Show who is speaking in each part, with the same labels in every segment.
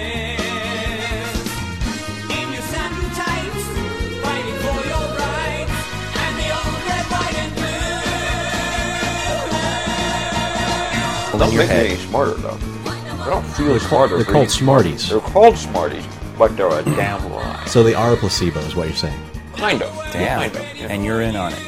Speaker 1: roses. In your satin tights, fighting for your rights, and the old red, white, and blue.
Speaker 2: Don't
Speaker 3: your
Speaker 2: make
Speaker 3: head.
Speaker 2: me any smarter though. I don't feel smarter.
Speaker 3: They're
Speaker 2: for
Speaker 3: called
Speaker 2: eating
Speaker 3: Smarties.
Speaker 2: They're called Smarties, but they're a damn lie.
Speaker 4: So they are a placebo, is what you're saying.
Speaker 2: Kind of.
Speaker 3: Damn.
Speaker 2: Kind of. yeah.
Speaker 3: And you're in on it.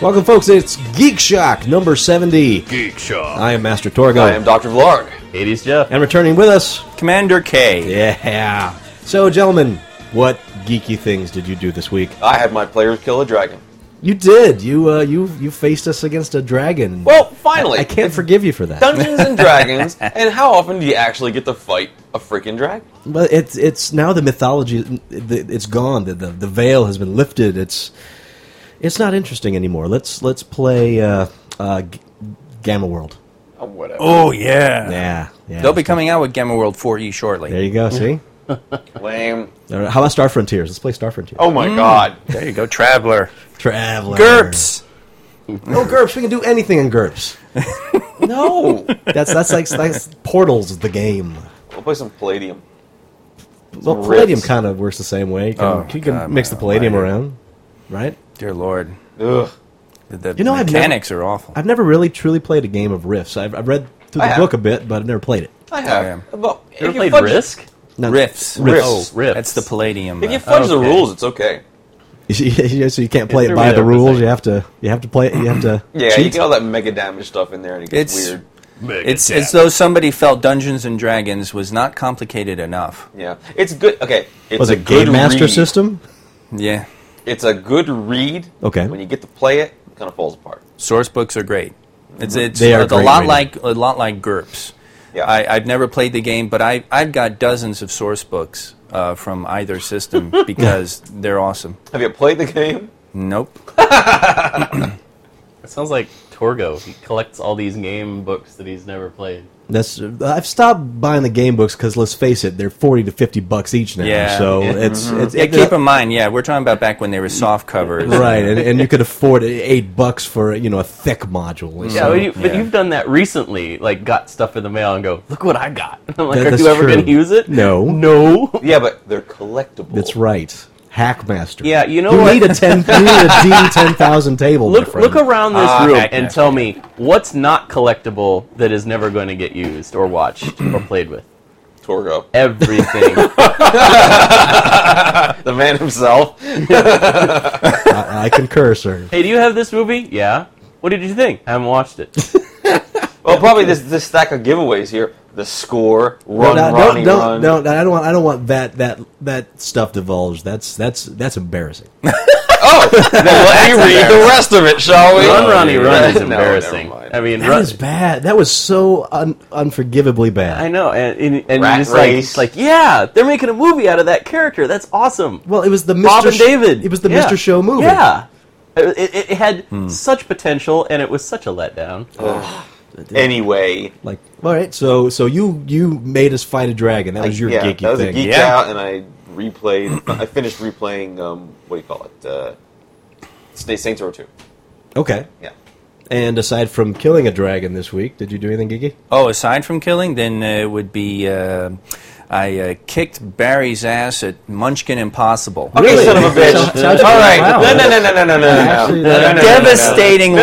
Speaker 4: Welcome, folks. It's Geek Shock number 70.
Speaker 5: Geek Shock.
Speaker 4: I am Master Torgo.
Speaker 2: I am Dr. Vlog.
Speaker 5: It is Jeff.
Speaker 4: and returning with us.
Speaker 3: Commander K.
Speaker 4: Yeah. So, gentlemen, what geeky things did you do this week?
Speaker 2: I had my players kill a dragon.
Speaker 4: You did. You uh, you you faced us against a dragon.
Speaker 2: Well, finally.
Speaker 4: I can't forgive you for that.
Speaker 2: Dungeons and Dragons, and how often do you actually get to fight a freaking dragon?
Speaker 4: But it's it's now the mythology. the- It's gone. The, the the veil has been lifted. It's it's not interesting anymore. Let's let's play uh, uh, G- Gamma World.
Speaker 2: Oh, whatever.
Speaker 3: Oh, yeah.
Speaker 4: Yeah, yeah.
Speaker 3: They'll be coming out with Gamma World 4E shortly.
Speaker 4: there you go. See.
Speaker 2: Lame.
Speaker 4: All right, How about Star Frontiers? Let's play Star Frontiers.
Speaker 2: Oh my god.
Speaker 3: There you go, Traveler.
Speaker 4: Traveler.
Speaker 3: GURPS.
Speaker 4: No GURPS. We can do anything in GURPS.
Speaker 2: No.
Speaker 4: That's that's like that's Portals the game.
Speaker 2: we'll play some Palladium.
Speaker 4: Well,
Speaker 2: Rips.
Speaker 4: Palladium kind of works the same way. You can,
Speaker 3: Oh,
Speaker 4: you can
Speaker 3: God,
Speaker 4: mix the
Speaker 3: my
Speaker 4: Palladium
Speaker 3: lord.
Speaker 4: around, right?
Speaker 3: Dear Lord.
Speaker 2: Ugh.
Speaker 3: The, the
Speaker 4: You know, I've never-
Speaker 3: mechanics are awful.
Speaker 4: I've never really truly played a game of Rifts. I've, I've read through
Speaker 2: I
Speaker 4: the
Speaker 2: have.
Speaker 4: book a bit, but I've never played it.
Speaker 2: I
Speaker 3: yeah.
Speaker 2: have. Well, if
Speaker 5: You ever played
Speaker 2: fudge-
Speaker 5: Risk?
Speaker 4: Not-
Speaker 3: Riffs.
Speaker 4: Riffs.
Speaker 3: Oh,
Speaker 5: Riffs.
Speaker 3: That's the Palladium.
Speaker 2: If you
Speaker 3: uh,
Speaker 2: fudge the
Speaker 3: okay.
Speaker 2: rules, it's okay.
Speaker 4: yeah, so you can't
Speaker 5: It
Speaker 4: play it
Speaker 5: threw
Speaker 4: by
Speaker 5: me
Speaker 4: the
Speaker 5: there for a
Speaker 4: rules.
Speaker 5: second.
Speaker 4: You have to you have to play it. You have to
Speaker 2: Yeah, you
Speaker 4: cheat.
Speaker 2: get all that mega damage stuff in there, and it gets
Speaker 3: It's-
Speaker 2: weird.
Speaker 3: It's as though somebody felt Dungeons and Dragons was not complicated enough.
Speaker 2: Yeah, it's good. Okay, it's
Speaker 4: was
Speaker 2: a
Speaker 4: it Game
Speaker 2: good
Speaker 4: Master
Speaker 2: read.
Speaker 4: system?
Speaker 3: Yeah.
Speaker 2: It's a good read.
Speaker 4: Okay.
Speaker 2: When you get to play it, it kind of falls apart.
Speaker 3: Source books are great. It's it's,
Speaker 4: They are
Speaker 3: it's a
Speaker 4: great
Speaker 3: lot
Speaker 4: reading.
Speaker 3: like a lot like GURPS.
Speaker 2: Yeah.
Speaker 3: I, I've never played the game, but I I've got dozens of source books uh, from either system because they're awesome.
Speaker 2: Have you played the game?
Speaker 3: Nope.
Speaker 5: It sounds like Torgo. He collects all these game books that he's never played.
Speaker 4: That's I've stopped buying the game books because let's face it, they're forty to fifty bucks each now.
Speaker 3: Yeah.
Speaker 4: So
Speaker 3: Yeah.
Speaker 4: it's
Speaker 5: Mm-hmm.
Speaker 4: it's
Speaker 3: Yeah,
Speaker 4: it-
Speaker 3: keep in mind, yeah, we're talking about back when they were soft covers.
Speaker 4: right, and, and you could afford eight bucks for you know a thick module.
Speaker 5: Yeah,
Speaker 4: So-
Speaker 5: but, you, but
Speaker 3: yeah.
Speaker 5: you've done that recently. Like, got stuff in the mail and go, look what I got. I'm like,
Speaker 4: That-
Speaker 5: are
Speaker 4: that's
Speaker 5: you ever
Speaker 4: true.
Speaker 5: going to use it?
Speaker 4: No.
Speaker 5: No.
Speaker 2: Yeah, but they're collectible.
Speaker 4: that's right. Hackmaster.
Speaker 5: Yeah, you know
Speaker 4: you
Speaker 5: what?
Speaker 4: need a ten. You need a D ten thousand table. my
Speaker 5: look
Speaker 4: friend.
Speaker 5: look around this
Speaker 3: Ah,
Speaker 5: room
Speaker 3: heck,
Speaker 5: and
Speaker 3: heck,
Speaker 5: tell me what's not collectible that is never going to get used or watched or played with.
Speaker 2: Torgo,
Speaker 5: Everything.
Speaker 2: the man himself.
Speaker 4: I, I concur, sir.
Speaker 5: hey, do you have this movie? Yeah. What did you think? I haven't watched it.
Speaker 2: Well, probably this this stack of giveaways here. The score, run,
Speaker 4: no, no,
Speaker 2: Ronnie,
Speaker 4: don't,
Speaker 2: run.
Speaker 4: don't, no, I don't want. I don't want that that that stuff divulged. That's that's that's embarrassing.
Speaker 2: Then Oh, let me read the rest of it, shall we?
Speaker 5: Run, Ronnie, Run is
Speaker 2: No, never
Speaker 5: embarrassing.
Speaker 2: mind.
Speaker 5: I mean,
Speaker 4: That
Speaker 5: Run.
Speaker 4: was bad. That was so un, unforgivably bad.
Speaker 5: I know, and and, and
Speaker 2: Rat
Speaker 5: you're just like,
Speaker 2: race.
Speaker 5: it's like, yeah, they're making a movie out of that character. That's awesome.
Speaker 4: well, it was the Mr.
Speaker 5: Bob and
Speaker 4: Sh-
Speaker 5: David.
Speaker 4: It was the
Speaker 5: Yeah.
Speaker 4: Mr. Show movie.
Speaker 5: Yeah, it, it, it had such potential, and it was such a letdown.
Speaker 4: Oh,
Speaker 2: Anyway,
Speaker 4: Like, all right, so so you you made us fight a dragon. That was your
Speaker 2: yeah,
Speaker 4: geeky
Speaker 2: that was
Speaker 4: thing.
Speaker 2: a geek
Speaker 3: Yeah.
Speaker 2: out, and I replayed. I finished replaying. Um, what do you call it? Uh, Saint Saints Row Two.
Speaker 4: Okay.
Speaker 2: Yeah.
Speaker 4: And aside from killing a dragon this week, did you do anything geeky?
Speaker 3: Oh, aside from killing, then uh, it would be uh, I uh, kicked Barry's ass at Munchkin Impossible.
Speaker 2: Okay,
Speaker 4: Really?
Speaker 2: son of a bitch.
Speaker 4: Sounds- sounds
Speaker 2: All right.
Speaker 4: wow.
Speaker 2: No, no, no, no, no, no, no, no.
Speaker 4: Actually,
Speaker 2: no, no, no, no,
Speaker 3: Devastating
Speaker 2: no,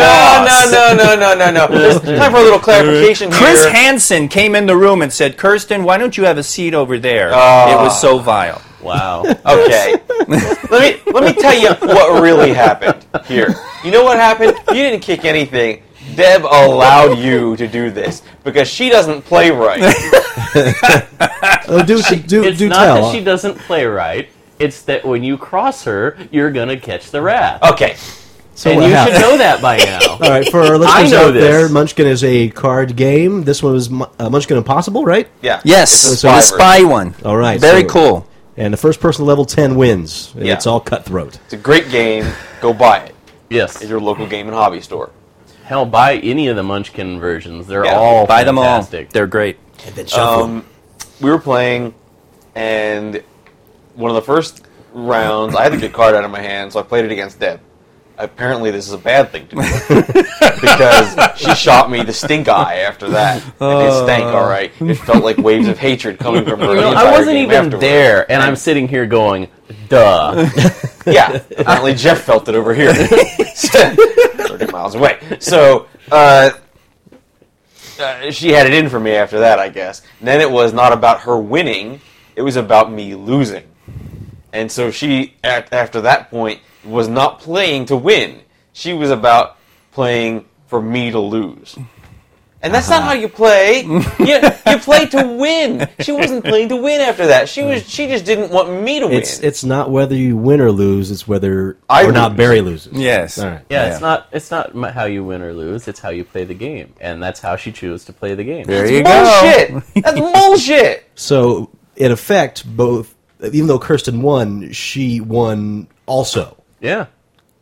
Speaker 2: No,
Speaker 3: loss.
Speaker 2: no, no, no, no, no, no. There's time for a little clarification
Speaker 3: Chris
Speaker 2: here.
Speaker 3: Hansen came in the room and said, Kirsten, why don't you have a seat over there?
Speaker 2: Oh.
Speaker 3: it was so vile.
Speaker 5: Wow.
Speaker 2: okay. let me let me tell you what really happened here. You know what happened? You didn't kick anything. Deb allowed you to do this because she doesn't play right.
Speaker 4: Oh, do do
Speaker 5: it's
Speaker 4: do
Speaker 5: not
Speaker 4: tell.
Speaker 5: that she doesn't play right. It's that when you cross her, you're gonna catch the rat,
Speaker 4: Oh,
Speaker 2: Okay.
Speaker 4: so
Speaker 5: and
Speaker 4: what
Speaker 5: you
Speaker 4: happened?
Speaker 5: should know that by now.
Speaker 4: All right, for our listeners
Speaker 5: know
Speaker 4: out
Speaker 5: this.
Speaker 4: there, Munchkin is a card game. This one was Mu- uh, Munchkin Impossible, right?
Speaker 2: Yeah.
Speaker 3: Yes,
Speaker 2: It's
Speaker 3: the
Speaker 2: a
Speaker 3: spy one.
Speaker 4: All right,
Speaker 3: Very
Speaker 4: so-
Speaker 3: cool.
Speaker 4: And the first person to level 10 wins. And
Speaker 2: Yeah.
Speaker 4: It's all cutthroat.
Speaker 2: It's a great game. Go buy it
Speaker 5: Yes.
Speaker 2: at your local game and hobby store.
Speaker 5: Hell, buy any of the Munchkin versions. They're
Speaker 2: Yeah,
Speaker 5: all
Speaker 3: Buy them all.
Speaker 5: fantastic.
Speaker 3: They're great.
Speaker 2: Um, we were playing, and one of the first rounds, I had to get card out of my hand, so I played it against Deb. apparently this is a bad thing to do because she shot me the stink eye after that. It did stank, all right. It felt like waves of hatred coming from her.
Speaker 5: Uh. You know,
Speaker 2: the entire
Speaker 5: I wasn't
Speaker 2: game
Speaker 5: even
Speaker 2: afterward.
Speaker 5: there, and I'm sitting here going, duh.
Speaker 2: Yeah, apparently Jeff felt it over here, thirty miles away. So uh, uh, she had it in for me after that, I guess. And then it was not about her winning; it was about me losing. And so she, at, after that point, was not playing to win. She was about playing for me to lose. And that's not how you play. you, you play to win. She wasn't playing to win after that. She was. She just didn't want me to win.
Speaker 4: It's it's not whether you win or lose. It's whether
Speaker 2: I
Speaker 4: or not
Speaker 2: lose.
Speaker 4: Barry loses.
Speaker 3: Yes.
Speaker 4: All right.
Speaker 5: Yeah,
Speaker 3: Yeah.
Speaker 5: it's not it's not m- how you win or lose. It's how you play the game, and that's how she chose to play the game.
Speaker 3: There you go.
Speaker 2: bullshit. That's bullshit.
Speaker 4: So in effect, both even though Kirsten won, she won also
Speaker 5: Yeah,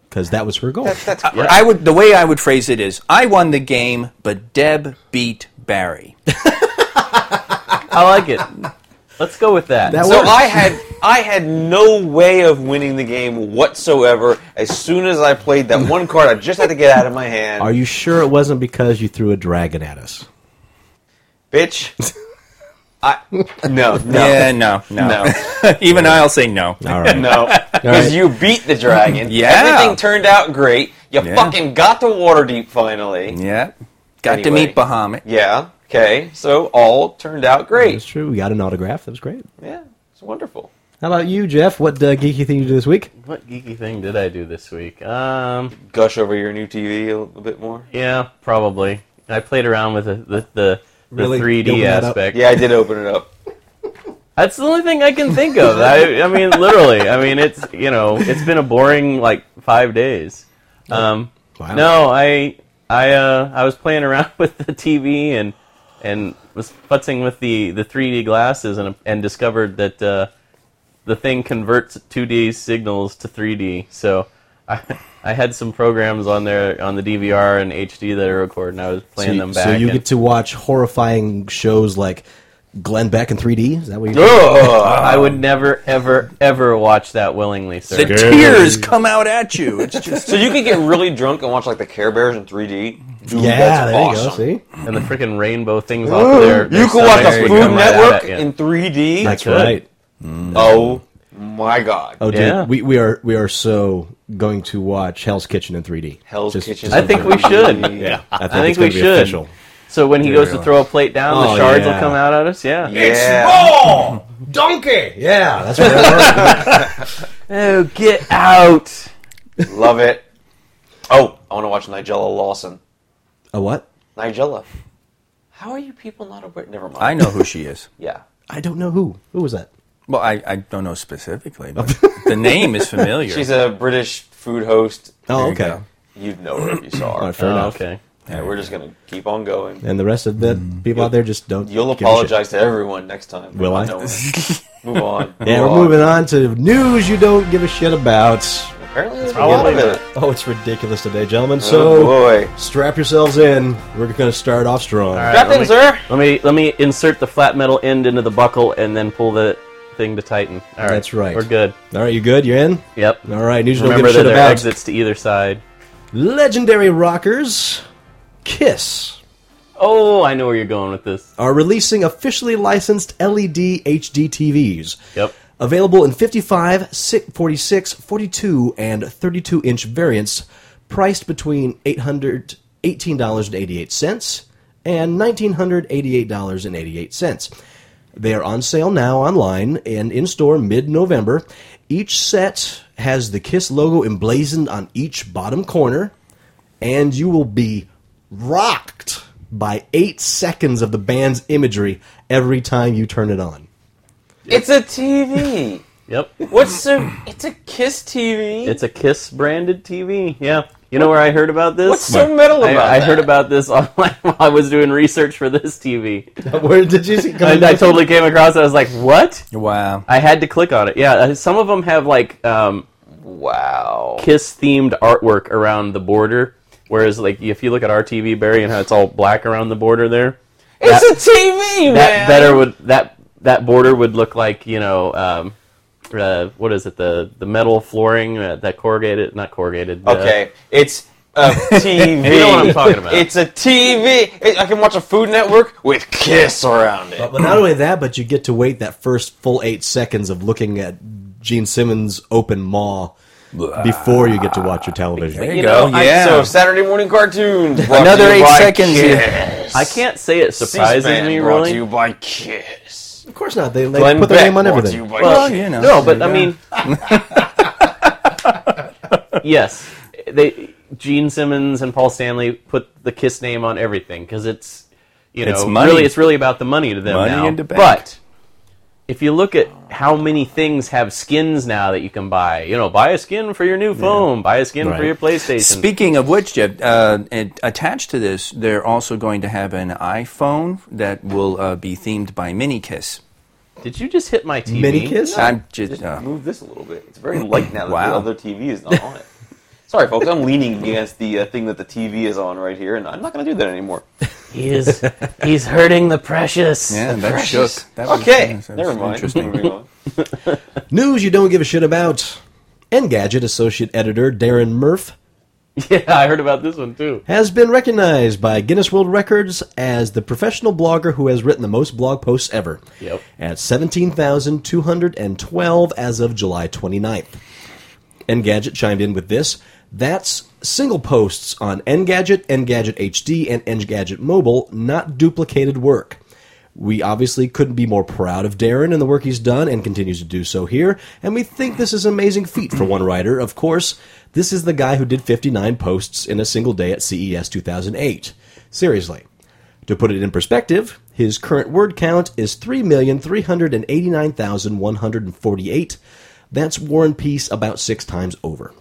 Speaker 4: because that was her goal.
Speaker 2: That's
Speaker 5: Yeah.
Speaker 3: I would. The way I would phrase it is, I won the game, but Deb beat Barry.
Speaker 5: I like it. Let's go with that.
Speaker 4: That
Speaker 2: so
Speaker 4: works.
Speaker 2: I had I had no way of winning the game whatsoever. As soon as I played that one card, I just had to get out of my hand.
Speaker 4: Are you sure it wasn't because you threw a dragon at us?
Speaker 2: bitch? I no no
Speaker 3: Yeah, no, no. Even I'll say no.
Speaker 4: All right.
Speaker 2: no because you beat the dragon.
Speaker 3: Yeah.
Speaker 2: everything turned out great. You
Speaker 3: Yeah.
Speaker 2: fucking got to Waterdeep finally.
Speaker 3: Yeah. Got to
Speaker 2: Anyway.
Speaker 3: meet Bahamut.
Speaker 2: Yeah. Okay. So all turned out
Speaker 4: That's
Speaker 2: great.
Speaker 4: true. We got an autograph. That was great.
Speaker 2: Yeah. It's wonderful.
Speaker 4: How about you, Jeff? What uh, geeky thing you do this week?
Speaker 5: what geeky thing did I do this week? Um,
Speaker 2: Gush over your new TV a little bit more.
Speaker 5: yeah, probably. I played around with the the, the, the
Speaker 4: Really?
Speaker 5: 3D
Speaker 4: Open that up?
Speaker 5: aspect.
Speaker 2: Yeah, I did open it up.
Speaker 5: That's the only thing I can think of. I, I mean, literally. I mean, it's you know, it's been a boring like five days. Um,
Speaker 4: Wow.
Speaker 5: No, I I uh, I was playing around with the TV and and was futzing with the, the 3D glasses and and discovered that uh, the thing converts 2D signals to 3D. So I I had some programs on there on the DVR and HD that I record, and I was playing
Speaker 4: so,
Speaker 5: them
Speaker 4: you-
Speaker 5: back.
Speaker 4: so you
Speaker 5: and-
Speaker 4: get to watch horrifying shows like Glenn Beck in 3D. Is that what you?
Speaker 2: Ugh.
Speaker 5: Oh, I
Speaker 4: Ah.
Speaker 5: would never, ever, ever watch that willingly, sir.
Speaker 3: The tears come out at you. It's just
Speaker 2: So you could get really drunk and watch like the Care Bears in 3D. Dude,
Speaker 4: yeah,
Speaker 2: that's
Speaker 4: there
Speaker 2: awesome.
Speaker 4: you go. See,
Speaker 5: and the freaking rainbow things off of their, their
Speaker 2: You could watch
Speaker 5: stomachs
Speaker 2: the
Speaker 5: would
Speaker 2: Food
Speaker 5: come right out
Speaker 2: Network
Speaker 5: at you.
Speaker 2: in 3D.
Speaker 4: that's
Speaker 5: could.
Speaker 4: right.
Speaker 2: oh my god!
Speaker 4: Oh, dude,
Speaker 5: Yeah.
Speaker 4: we, we are we are so going to watch Hell's Kitchen in 3D.
Speaker 2: Hell's
Speaker 4: Just-
Speaker 2: Kitchen.
Speaker 4: just-
Speaker 5: I think we should.
Speaker 2: Yeah.
Speaker 4: I think,
Speaker 5: I
Speaker 4: it's
Speaker 5: think we
Speaker 4: gonna be
Speaker 5: should.
Speaker 4: Official.
Speaker 5: So when he goes to throw a plate down,
Speaker 4: Oh,
Speaker 5: the shards
Speaker 4: yeah.
Speaker 5: will come out at us. Yeah.
Speaker 2: Yeah.
Speaker 4: Donkey. Yeah, that's what. I learned.
Speaker 5: Oh, get out!
Speaker 2: Love it. Oh, I want to watch Nigella Lawson.
Speaker 4: A what?
Speaker 2: Nigella. How are you people not aware? Never mind.
Speaker 3: I know who she is.
Speaker 2: Yeah.
Speaker 4: I don't know who. Who was that?
Speaker 3: Well, I, I don't know specifically, but the name is familiar.
Speaker 2: She's a British food host.
Speaker 4: Oh,
Speaker 3: you
Speaker 4: okay.
Speaker 3: go.
Speaker 2: You'd know her if you saw
Speaker 4: All right,
Speaker 2: her.
Speaker 4: fair
Speaker 5: Oh,
Speaker 4: enough.
Speaker 5: okay.
Speaker 2: Yeah, we're just gonna keep on going.
Speaker 4: And the rest of the people out there just don't.
Speaker 2: You'll
Speaker 4: give a shit.
Speaker 2: apologize to everyone next time.
Speaker 4: Will I?
Speaker 2: know it. Move on.
Speaker 4: Yeah,
Speaker 2: Move
Speaker 4: we're moving on to news you don't give a shit about.
Speaker 2: Apparently, there's a lot of
Speaker 5: probably
Speaker 2: it.
Speaker 4: Oh, it's ridiculous today, gentlemen.
Speaker 2: oh
Speaker 4: So
Speaker 2: boy.
Speaker 4: strap yourselves in. We're going to start off strong.
Speaker 5: All right,
Speaker 2: Captain,
Speaker 5: let me-
Speaker 2: sir.
Speaker 5: Let me let me insert the flat metal end into the buckle and then pull the thing to tighten. All right.
Speaker 4: That's right.
Speaker 5: We're good.
Speaker 4: All right, you good? You're in?
Speaker 5: Yep.
Speaker 4: All right, news you don't give
Speaker 5: Remember
Speaker 4: a
Speaker 5: that
Speaker 4: shit
Speaker 5: there are
Speaker 4: about.
Speaker 5: exits to either side.
Speaker 4: Legendary rockers Kiss
Speaker 5: Oh, I know where you're going with this.
Speaker 4: are releasing officially licensed E LED HD TVs.
Speaker 5: Yep.
Speaker 4: Available in 55, si- 46, 42, and 32 inch variants, priced between $818.88 and $1,988.88. They are on sale now online and in store mid November. Each set has the Kiss logo emblazoned on each bottom corner, and you will be rocked by eight seconds of the band's imagery every time you turn it on.
Speaker 2: It's a TV.
Speaker 5: Yep.
Speaker 2: What's so? It's a Kiss TV.
Speaker 5: It's a Kiss branded TV. Yeah. You know where I heard about this?
Speaker 2: What's so metal
Speaker 5: I,
Speaker 2: about
Speaker 5: I
Speaker 2: that?
Speaker 5: heard about this online while I was doing research for this TV.
Speaker 4: Where did you see?
Speaker 5: I, I totally came across it. I was like, what?
Speaker 3: wow.
Speaker 5: I had to click on it. Yeah, uh, some of them have like um,
Speaker 2: wow.
Speaker 5: Kiss themed artwork around the border, whereas like if you look at our TV Barry and how it's all black around the border there,
Speaker 2: It's a TV, man.
Speaker 5: that better would that that border would look like you know um, uh, what is it? The the metal flooring uh, that corrugated, not corrugated.
Speaker 2: Okay, it's a TV.
Speaker 5: You know what I'm talking about.
Speaker 2: It's a TV. It- I can watch a Food Network with Kiss around it.
Speaker 4: But, but not only that, but you get to wait that first full eight seconds of looking at Gene Simmons' open maw before you get to watch your television.
Speaker 3: There
Speaker 5: you
Speaker 3: you go.
Speaker 5: know, I-
Speaker 3: yeah.
Speaker 2: So Saturday morning cartoons. brought to
Speaker 3: Another
Speaker 2: you
Speaker 3: eight
Speaker 2: by
Speaker 3: seconds here.
Speaker 2: Kiss.
Speaker 5: Uh, I can't say it surprises
Speaker 2: C-SPAN
Speaker 5: me
Speaker 2: brought
Speaker 5: really.
Speaker 2: to you by Kiss.
Speaker 4: Of course not. They, they
Speaker 2: Glenn
Speaker 4: put their
Speaker 2: Beck
Speaker 4: name on
Speaker 2: brought to
Speaker 4: everything.
Speaker 2: you by
Speaker 5: Well,
Speaker 2: Kiss.
Speaker 3: you know,
Speaker 5: no,
Speaker 3: there
Speaker 5: but I
Speaker 3: you
Speaker 5: mean, yes, they Gene Simmons and Paul Stanley put the Kiss name on everything because it's you know
Speaker 3: It's money.
Speaker 5: really it's really about the money to them
Speaker 3: Money
Speaker 5: now.
Speaker 3: in the bank.
Speaker 5: But if you look at how many things have skins now that you can buy, you know, buy a skin for your new phone, buy a skin
Speaker 4: Right.
Speaker 5: for your PlayStation.
Speaker 3: Speaking of which, Jeff, uh, and attached to this, they're also going to have an iPhone that will uh, be themed by Mini Kiss.
Speaker 5: Did you just hit my TV?
Speaker 4: Mini Kiss?
Speaker 3: I'm just. Uh,
Speaker 2: Move this a little bit. It's very light now that
Speaker 3: Wow.
Speaker 2: the other TV is not on it. Sorry, folks. I'm leaning against the uh, thing that the TV is on right here, and I'm not going to do that anymore.
Speaker 5: He is he's hurting the precious.
Speaker 3: yeah, that
Speaker 2: Precious.
Speaker 3: shook. That was-
Speaker 2: okay,
Speaker 3: that was
Speaker 2: never mind.
Speaker 3: Interesting.
Speaker 2: Moving on.
Speaker 4: News you don't give a shit about. Engadget associate editor Darren Murph
Speaker 5: yeah, I heard about this one too.
Speaker 4: has been recognized by Guinness World Records as the professional blogger who has written the most blog posts ever.
Speaker 5: Yep.
Speaker 4: At 17,212 as of July 29th. Engadget chimed in with this. That's single posts on Engadget, Engadget HD, and Engadget Mobile, not duplicated work. We obviously couldn't be more proud of Darren and the work he's done and continues to do so here, and we think this is an amazing feat for one writer. Of course, this is the guy who did 59 posts in a single day at E CES 2008. Seriously. To put it in perspective, his current word count is 3,389,148. That's War and Peace about six times over.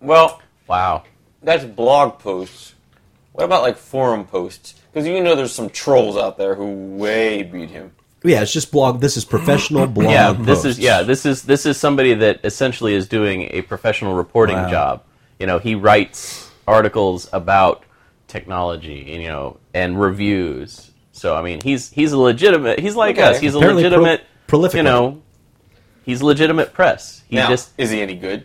Speaker 2: Well,
Speaker 5: Wow.
Speaker 2: that's blog posts. What about like forum posts? Because you know there's some trolls out there who way beat him.
Speaker 4: Yeah, it's just blog. This is professional blog.
Speaker 5: yeah this is
Speaker 4: posts.
Speaker 5: yeah this is this is somebody that essentially is doing a professional reporting job you know he writes articles about technology you know and reviews so i mean he's he's a legitimate he's like
Speaker 2: Okay.
Speaker 5: us he's a
Speaker 4: Apparently pro-
Speaker 5: legitimate
Speaker 4: prolific
Speaker 5: you know he's legitimate press he
Speaker 2: now,
Speaker 5: just
Speaker 2: is he any good?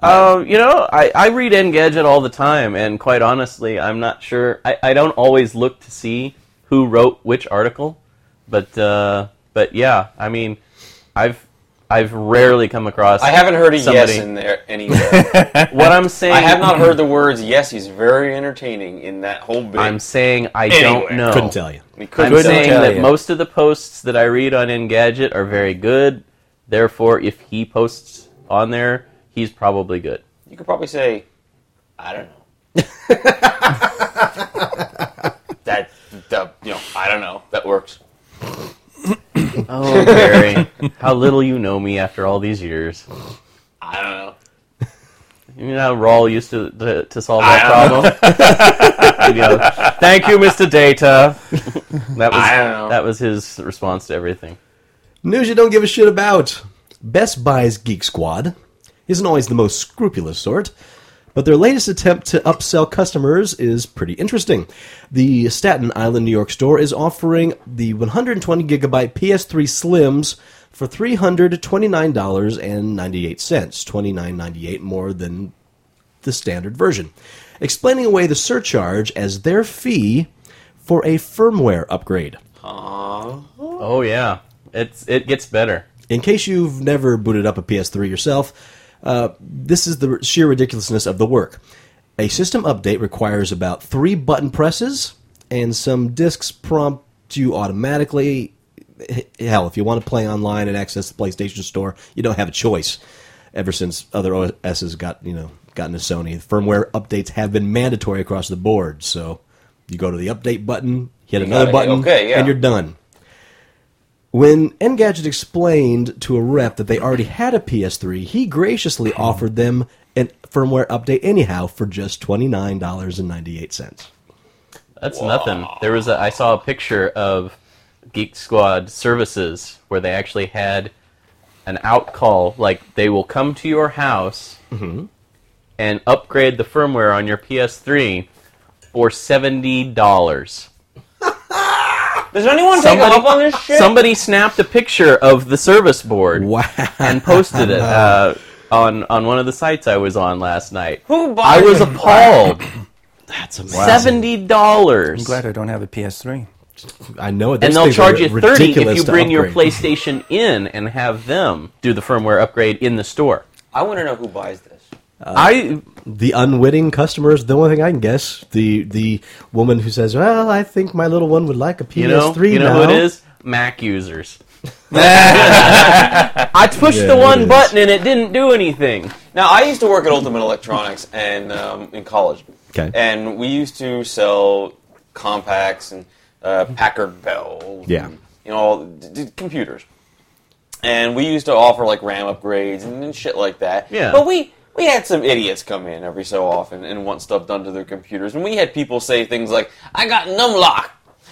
Speaker 5: uh, you know I, I read engadget all the time and quite honestly i'm not sure i, I don't always look to see who wrote which article but uh, but yeah i mean i've I've rarely come across.
Speaker 2: I haven't heard a
Speaker 5: somebody-
Speaker 2: yes in there anywhere.
Speaker 5: What I'm saying,
Speaker 2: I have not heard the words yes. He's very entertaining in that whole bit.
Speaker 5: I'm saying I
Speaker 2: Anyway.
Speaker 5: don't know.
Speaker 4: Couldn't tell you.
Speaker 2: We
Speaker 5: I'm
Speaker 2: couldn't tell.
Speaker 5: saying
Speaker 3: tell
Speaker 5: that
Speaker 3: you.
Speaker 5: most of the posts that I read on Engadget are very good. Therefore, if he posts on there, he's probably good.
Speaker 2: You could probably say, I don't know. that the you know I don't know that works.
Speaker 5: Oh, Barry, how little you know me after all these years.
Speaker 2: I don't know.
Speaker 5: You know how Rawl used to to, to solve
Speaker 2: I
Speaker 5: that
Speaker 2: don't
Speaker 5: problem. You know, Thank you, Mr. Data. That was
Speaker 2: I don't know.
Speaker 5: that was his response to everything.
Speaker 4: News you don't give a shit about. Best Buy's Geek Squad isn't always the most scrupulous sort, but their latest attempt to upsell customers is pretty interesting. The Staten Island, New York store is offering the 120 gigabyte PS3 Slims for $329.98, $29.98 more than the standard version, explaining away the surcharge as their fee for a firmware upgrade.
Speaker 5: Oh yeah, it's it gets better.
Speaker 4: In case you've never booted up a PS3 yourself, uh, this is the sheer ridiculousness of the work. A system update requires about three button presses, and some discs prompt you automatically. H- Hell, if you want to play online and access the PlayStation Store, you don't have a choice. Ever since other OSs got you know gotten to Sony, firmware updates have been mandatory across the board. So you go to the update button, hit another
Speaker 2: gotta hit
Speaker 4: button,
Speaker 2: okay, yeah.
Speaker 4: and you're done. When Engadget explained to a rep that they already had a PS3, he graciously offered them an firmware update anyhow for just twenty nine dollars and ninety eight cents.
Speaker 5: That's nothing. There was a I saw a picture of Geek Squad services where they actually had an out call like they will come to your house
Speaker 2: Mm-hmm.
Speaker 5: and upgrade the firmware on your PS3 for seventy dollars.
Speaker 6: Does anyone
Speaker 5: Somebody,
Speaker 6: take a up on this shit?
Speaker 5: somebody snapped a picture of the service board and posted it uh, on on one of the sites I was on last night.
Speaker 6: Who
Speaker 5: I
Speaker 6: bought
Speaker 5: was
Speaker 6: it?
Speaker 5: appalled.
Speaker 4: That's amazing.
Speaker 5: Seventy dollars.
Speaker 3: I'm glad I don't have a PS3.
Speaker 4: I know it.
Speaker 5: and
Speaker 4: Those
Speaker 5: they'll
Speaker 4: things are
Speaker 5: charge you thirty if
Speaker 4: ridiculous
Speaker 5: you
Speaker 4: to
Speaker 5: bring your
Speaker 4: upgrade.
Speaker 5: PlayStation in and have them do the firmware upgrade in the store.
Speaker 6: I want to know who buys this.
Speaker 4: Uh,
Speaker 5: I
Speaker 4: The unwitting customers. The only thing I can guess the the woman who says, "Well, I think my little one would like a PS3
Speaker 5: you know you know
Speaker 4: now."
Speaker 5: who it is Mac users.
Speaker 6: I pushed
Speaker 4: Yeah,
Speaker 6: the
Speaker 4: it
Speaker 6: one
Speaker 4: is.
Speaker 6: button and it didn't do anything.
Speaker 2: Now, I used to work at Ultimate Electronics and um, in college.
Speaker 4: 'Kay.
Speaker 2: And we used to sell compacts and uh, Packard Bell.
Speaker 4: Yeah.
Speaker 2: And, you know, all d- d- computers. And we used to offer like RAM upgrades and, and shit like that.
Speaker 5: Yeah.
Speaker 2: But we we had some idiots come in every so often and want stuff done to their computers. And we had people say things like, "I got numlock."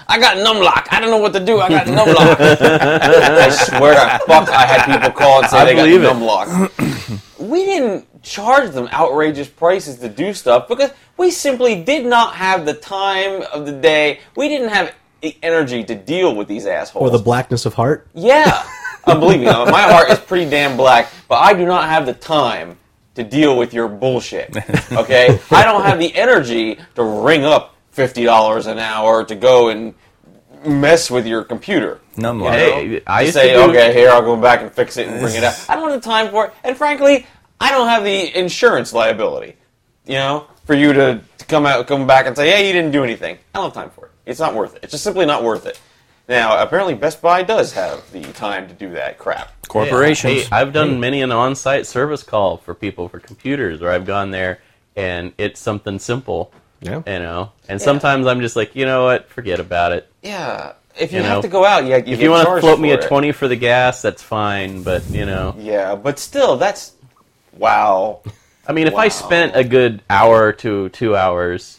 Speaker 2: I got numlock. I don't know what to do. I got numlock. I swear to fuck, I had people call and say
Speaker 5: I
Speaker 2: they got
Speaker 5: believe it.
Speaker 2: numlock we didn't charge them outrageous prices to do stuff because we simply did not have the time of the day. We didn't have the energy to deal with these assholes.
Speaker 4: Or the blackness of heart.
Speaker 2: yeah, uh, believe me, uh, my heart is pretty damn black, but I do not have the time to deal with your bullshit. Okay, I don't have the energy to ring up fifty dollars an hour to go and mess with your computer.
Speaker 3: Numlock.
Speaker 2: You know?
Speaker 5: Hey, I
Speaker 2: To
Speaker 5: used
Speaker 2: say,
Speaker 5: to do-
Speaker 2: okay, here I'll go back and fix it and bring it out. I don't have the time for it, and frankly, I don't have the insurance liability. You know, for you to, to come out, come back and say, hey, you didn't do anything. I don't have time for it. It's not worth it. It's just simply not worth it. Now, apparently, Best Buy does have the time to do that crap.
Speaker 3: Corporations.
Speaker 5: Hey, I've done many an on-site service call for people for computers where I've gone there and it's something simple.
Speaker 4: Yeah.
Speaker 5: You know, and sometimes I'm just like, you know what? Forget about it.
Speaker 2: Yeah, if you,
Speaker 5: You
Speaker 2: have
Speaker 5: know,
Speaker 2: to go out, yeah, you
Speaker 5: If
Speaker 2: get
Speaker 5: you want to
Speaker 2: charged
Speaker 5: float me
Speaker 2: for
Speaker 5: a
Speaker 2: it.
Speaker 5: twenty for the gas, that's fine. But you know,
Speaker 2: Yeah, but still, that's wow.
Speaker 5: I mean, if
Speaker 2: Wow.
Speaker 5: I spent a good hour to two hours,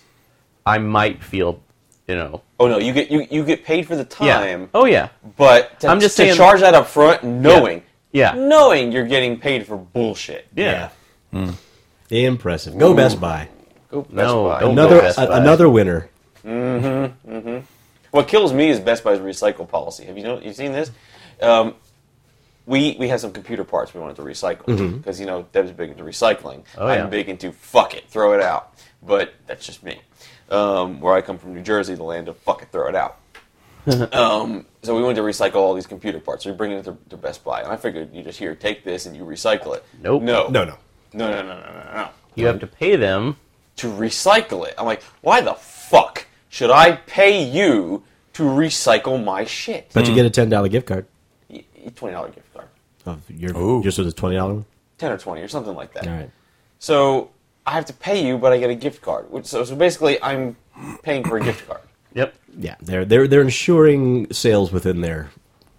Speaker 5: I might feel, you know,
Speaker 2: Oh no, you get you, you get paid for the
Speaker 5: yeah.
Speaker 2: time.
Speaker 5: Oh yeah,
Speaker 2: But to,
Speaker 5: I'm just
Speaker 2: to
Speaker 5: saying-
Speaker 2: charge that up front, knowing,
Speaker 5: yeah,
Speaker 2: knowing you're getting paid for bullshit.
Speaker 5: yeah.
Speaker 4: Impressive. Go Best Buy.
Speaker 2: Go Best
Speaker 5: No,
Speaker 2: Buy.
Speaker 5: don't
Speaker 4: Another
Speaker 5: go Best
Speaker 4: a-
Speaker 5: Buy.
Speaker 4: another winner.
Speaker 2: What kills me is Best Buy's recycle policy. Have you know you seen this? Um, we we had some computer parts we wanted to recycle because you know Deb's big into recycling.
Speaker 5: Mm-hmm. Oh,
Speaker 2: I'm
Speaker 5: yeah.
Speaker 2: big into fuck it, throw it out. But that's just me. Um, where I come from, New Jersey, the land of fuck it, throw it out. um, so we wanted to recycle all these computer parts. So we bring it to, to Best Buy, and I figured you just here take this and you recycle it.
Speaker 5: Nope.
Speaker 2: No.
Speaker 4: No, no.
Speaker 2: No. No. No. No. No. No.
Speaker 5: You have to pay them.
Speaker 2: To recycle it, I'm like, why the fuck should I pay you to recycle my shit?
Speaker 4: But
Speaker 5: Hmm.
Speaker 4: you get a ten dollar gift card
Speaker 2: twenty dollar gift card,
Speaker 4: of your
Speaker 3: Ooh.
Speaker 4: just with a twenty dollar one.
Speaker 2: ten or twenty or something like that.
Speaker 4: All right.
Speaker 2: So I have to pay you, but I get a gift card. Which- So so basically, I'm paying for a gift card.
Speaker 5: Yep.
Speaker 4: Yeah, they're they're they're ensuring sales within their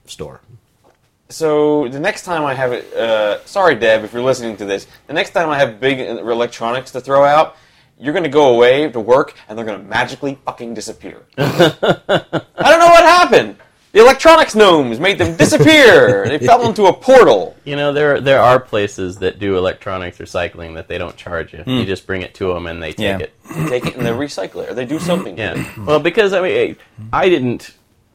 Speaker 4: store.
Speaker 2: So the next time I have it, uh, sorry Deb, if you're listening to this, the next time I have big electronics to throw out. You're gonna go away to work, and they're gonna magically fucking disappear. I don't know what happened. The electronics gnomes made them disappear. they fell into a portal.
Speaker 5: You know, there there are places that do electronics recycling that they don't charge you.
Speaker 2: Hmm.
Speaker 5: You just bring it to them and they take
Speaker 3: Yeah.
Speaker 5: it.
Speaker 2: They take it and they recycle it, or they do something. with it.
Speaker 5: Yeah. well, because I mean, I didn't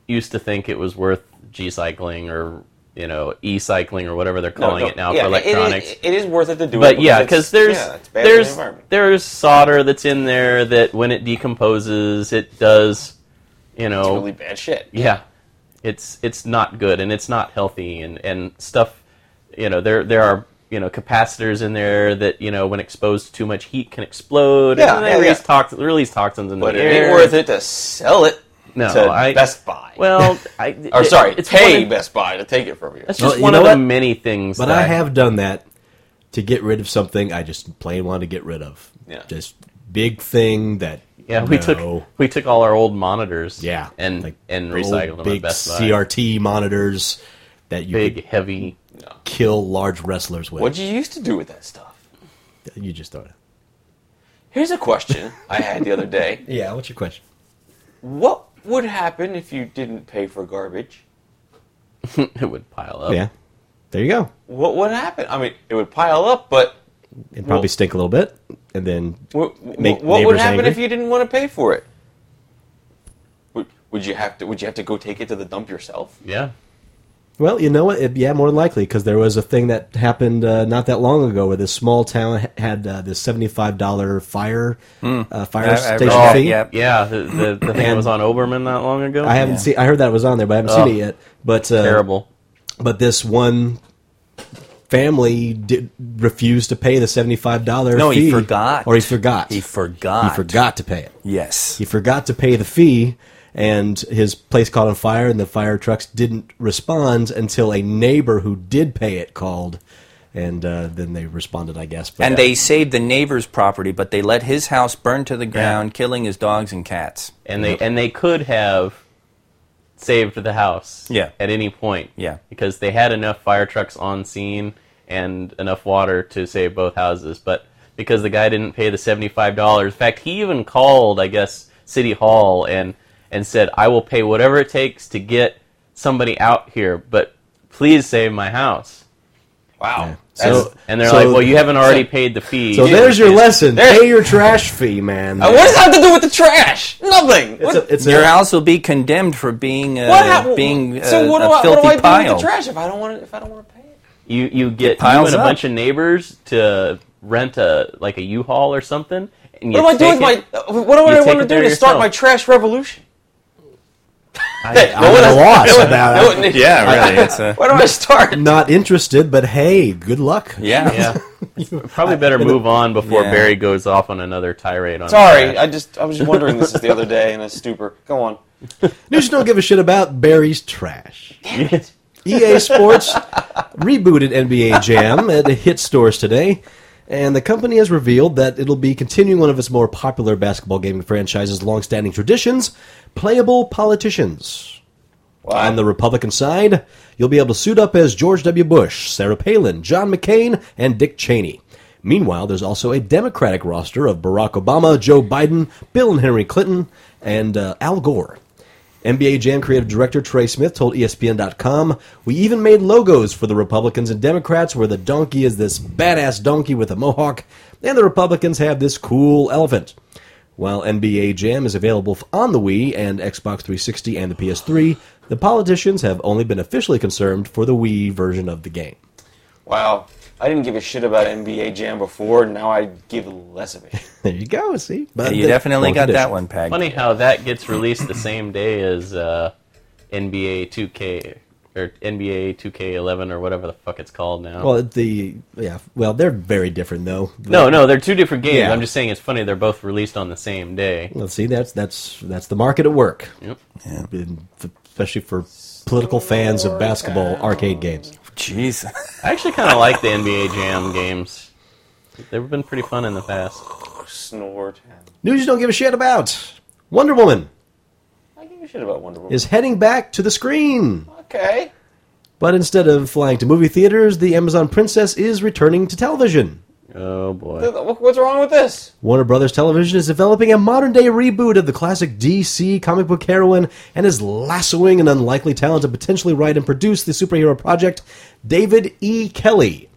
Speaker 5: used to think it was worth G cycling or you know e cycling or whatever they're
Speaker 2: No,
Speaker 5: calling
Speaker 2: no,
Speaker 5: it now
Speaker 2: yeah,
Speaker 5: for
Speaker 2: it- it is-
Speaker 5: electronics.
Speaker 2: it is worth it to do it.
Speaker 5: but yeah,
Speaker 2: it's-
Speaker 5: because there's
Speaker 2: yeah, it's bad for the
Speaker 5: there's
Speaker 2: environment.
Speaker 5: there's solder that's in there that when it decomposes, it does. You know,
Speaker 2: It's really bad shit.
Speaker 5: Oh. yeah it's it's not good and it's not healthy and and stuff you know there there are you know capacitors in there that you know when exposed to too much heat can explode
Speaker 2: Yeah,
Speaker 5: and they
Speaker 2: yeah,
Speaker 5: release
Speaker 2: yeah.
Speaker 5: toxins release toxins into
Speaker 2: But
Speaker 5: the
Speaker 2: it
Speaker 5: air
Speaker 2: ain't worth it to sell it
Speaker 5: No,
Speaker 2: to
Speaker 5: I-
Speaker 2: Best Buy.
Speaker 5: well I,
Speaker 2: or
Speaker 5: it-
Speaker 2: sorry,
Speaker 5: it's
Speaker 2: pay
Speaker 5: one of,
Speaker 2: Best Buy to take it from you.
Speaker 5: that's
Speaker 4: Well,
Speaker 5: just
Speaker 4: you
Speaker 5: one
Speaker 4: know
Speaker 5: of
Speaker 4: what?
Speaker 5: the many things
Speaker 4: But
Speaker 5: that
Speaker 4: I have done that to get rid of something I just plain wanted to get rid of.
Speaker 2: Yeah.
Speaker 4: Just big thing that
Speaker 5: yeah we
Speaker 4: no.
Speaker 5: took we took all our old monitors
Speaker 4: yeah
Speaker 5: and and
Speaker 4: old
Speaker 5: recycled them at
Speaker 4: big
Speaker 5: best buy
Speaker 4: CRT monitors that you
Speaker 5: big
Speaker 4: could
Speaker 5: heavy
Speaker 4: kill large wrestlers with.
Speaker 2: What'd you used to do with that stuff?
Speaker 4: you, just thought.
Speaker 2: Here's a question I had the other day.
Speaker 4: Yeah. What's your question?
Speaker 2: What would happen if you didn't pay for garbage?
Speaker 5: it would pile up
Speaker 4: Yeah. There you go.
Speaker 2: What would happen? I mean, it would pile up, but
Speaker 4: It'd probably
Speaker 2: Well-
Speaker 4: stink a little bit, and then
Speaker 2: what,
Speaker 4: Make
Speaker 2: what would
Speaker 4: neighbors
Speaker 2: happen
Speaker 4: angry?
Speaker 2: if you didn't want to pay for it? Would, Would you have to? Would you have to go take it to the dump yourself?
Speaker 5: Yeah.
Speaker 4: Well, you know what? It, yeah, more than likely, because there was a thing that happened uh, not that long ago where this small town ha- had uh, this seventy-five dollar fire
Speaker 3: Hmm.
Speaker 4: uh, fire station
Speaker 3: oh,
Speaker 4: fee.
Speaker 3: yep.
Speaker 5: Yeah. The, the, the thing that was on Oberman not long ago.
Speaker 4: I haven't seen. I heard that was on there, but I haven't seen it yet. But uh,
Speaker 5: Terrible.
Speaker 4: But this one family did, refused to pay the seventy-five dollar.
Speaker 3: No,
Speaker 4: fee,
Speaker 3: he forgot.
Speaker 4: or he forgot.
Speaker 3: He forgot.
Speaker 4: He forgot to pay it.
Speaker 3: Yes.
Speaker 4: He forgot to pay the fee, and his place caught on fire, and the fire trucks didn't respond until a neighbor who did pay it called, and uh, then they responded, I guess. But, uh,
Speaker 3: and they saved the neighbor's property, but they let his house burn to the ground, killing his dogs and cats.
Speaker 5: and they and they could have saved the house
Speaker 3: Yeah.
Speaker 5: at any point
Speaker 3: Yeah.
Speaker 5: because they had enough fire trucks on scene and enough water to save both houses but because the guy didn't pay the $75 in fact he even called i guess city hall and and said i will pay whatever it takes to get somebody out here but please save my house
Speaker 2: Wow.
Speaker 4: So-
Speaker 2: That's-
Speaker 5: and they're
Speaker 4: So-
Speaker 5: like well you haven't already paid the fee
Speaker 4: so there's your
Speaker 5: It's-
Speaker 4: lesson:
Speaker 2: There-
Speaker 4: pay your trash fee, man.
Speaker 2: Uh, what does that have to do with the trash? Nothing.
Speaker 4: It's
Speaker 2: what,
Speaker 4: a, it's
Speaker 3: Your
Speaker 4: a,
Speaker 3: house will be condemned for being uh,
Speaker 2: what happened?
Speaker 3: being
Speaker 2: so
Speaker 3: uh,
Speaker 2: what do
Speaker 3: a
Speaker 2: I,
Speaker 3: filthy
Speaker 2: what do I do
Speaker 3: pile.
Speaker 2: with the trash if I don't want to, if I don't want to pay it?
Speaker 5: you you get you
Speaker 3: piles
Speaker 5: and a
Speaker 3: up.
Speaker 5: bunch of neighbors to rent a like a U-Haul or something. And you
Speaker 2: What do I do
Speaker 5: take
Speaker 2: with my?
Speaker 5: it-
Speaker 2: uh, What do
Speaker 5: you
Speaker 2: I
Speaker 5: take
Speaker 2: want
Speaker 5: it
Speaker 2: to do
Speaker 5: there
Speaker 2: to start
Speaker 5: yourself.
Speaker 2: my trash revolution?
Speaker 5: I-
Speaker 2: No one
Speaker 4: at a
Speaker 2: has-
Speaker 4: loss
Speaker 2: no one-
Speaker 4: about
Speaker 2: no
Speaker 4: that.
Speaker 2: one-
Speaker 3: Yeah, really. It's a,
Speaker 2: Where do I start?
Speaker 4: not interested, but hey, good luck.
Speaker 3: yeah.
Speaker 5: yeah, probably better move on before
Speaker 3: Yeah.
Speaker 5: Barry goes off on another tirade. On
Speaker 2: Sorry, I
Speaker 5: trash.
Speaker 2: just I was just wondering this is the other day in a stupor. Go on.
Speaker 4: News you don't give a shit about Barry's trash. EA Sports rebooted NBA Jam at the hit stores today, and the company has revealed that it'll be continuing one of its more popular basketball gaming franchise's longstanding traditions, playable politicians. On the Republican side, you'll be able to suit up as George W. Bush, Sarah Palin, John McCain, and Dick Cheney. Meanwhile, there's also a Democratic roster of Barack Obama, Joe Biden, Bill and Henry Clinton, and uh, Al Gore. NBA Jam creative director Trey Smith told E ESPN.com, We even made logos for the Republicans and Democrats where the donkey is this badass donkey with a mohawk, and the Republicans have this cool elephant. While NBA Jam is available on the Wii and Xbox 360 and the PS3, the politicians have only been officially confirmed for the Wii version of the game.
Speaker 2: Wow, I didn't give a shit about NBA Jam before. Now I give less of a shit.
Speaker 4: There you go, see? But
Speaker 3: You
Speaker 4: the-
Speaker 3: definitely
Speaker 4: long
Speaker 3: got that
Speaker 4: tradition.
Speaker 3: one, Peg.
Speaker 5: funny how that gets released the same day as uh, NBA 2K or NBA 2K11 or whatever the fuck it's called now.
Speaker 4: Well, the yeah, well, they're very different though.
Speaker 5: no, no, they're two different games.
Speaker 4: Yeah.
Speaker 5: I'm just saying it's funny they're both released on the same day.
Speaker 4: Well, see, that's that's that's the market at work.
Speaker 5: Yep.
Speaker 4: In- especially for political fans of basketball arcade games.
Speaker 3: Jeez.
Speaker 5: I actually kind of like the NBA Jam games. They've been pretty fun in the past.
Speaker 2: Snort.
Speaker 4: News you don't give a shit about. Wonder Woman
Speaker 2: I give a shit about Wonder Woman.
Speaker 4: is heading back to the screen.
Speaker 2: okay.
Speaker 4: But instead of flying to movie theaters, the Amazon princess is returning to television.
Speaker 5: Oh boy.
Speaker 2: What's wrong with this?
Speaker 4: Warner Brothers Television is developing a modern day reboot of the classic DC comic book heroine and is lassoing an unlikely talent to potentially write and produce the superhero project, David E. Kelly,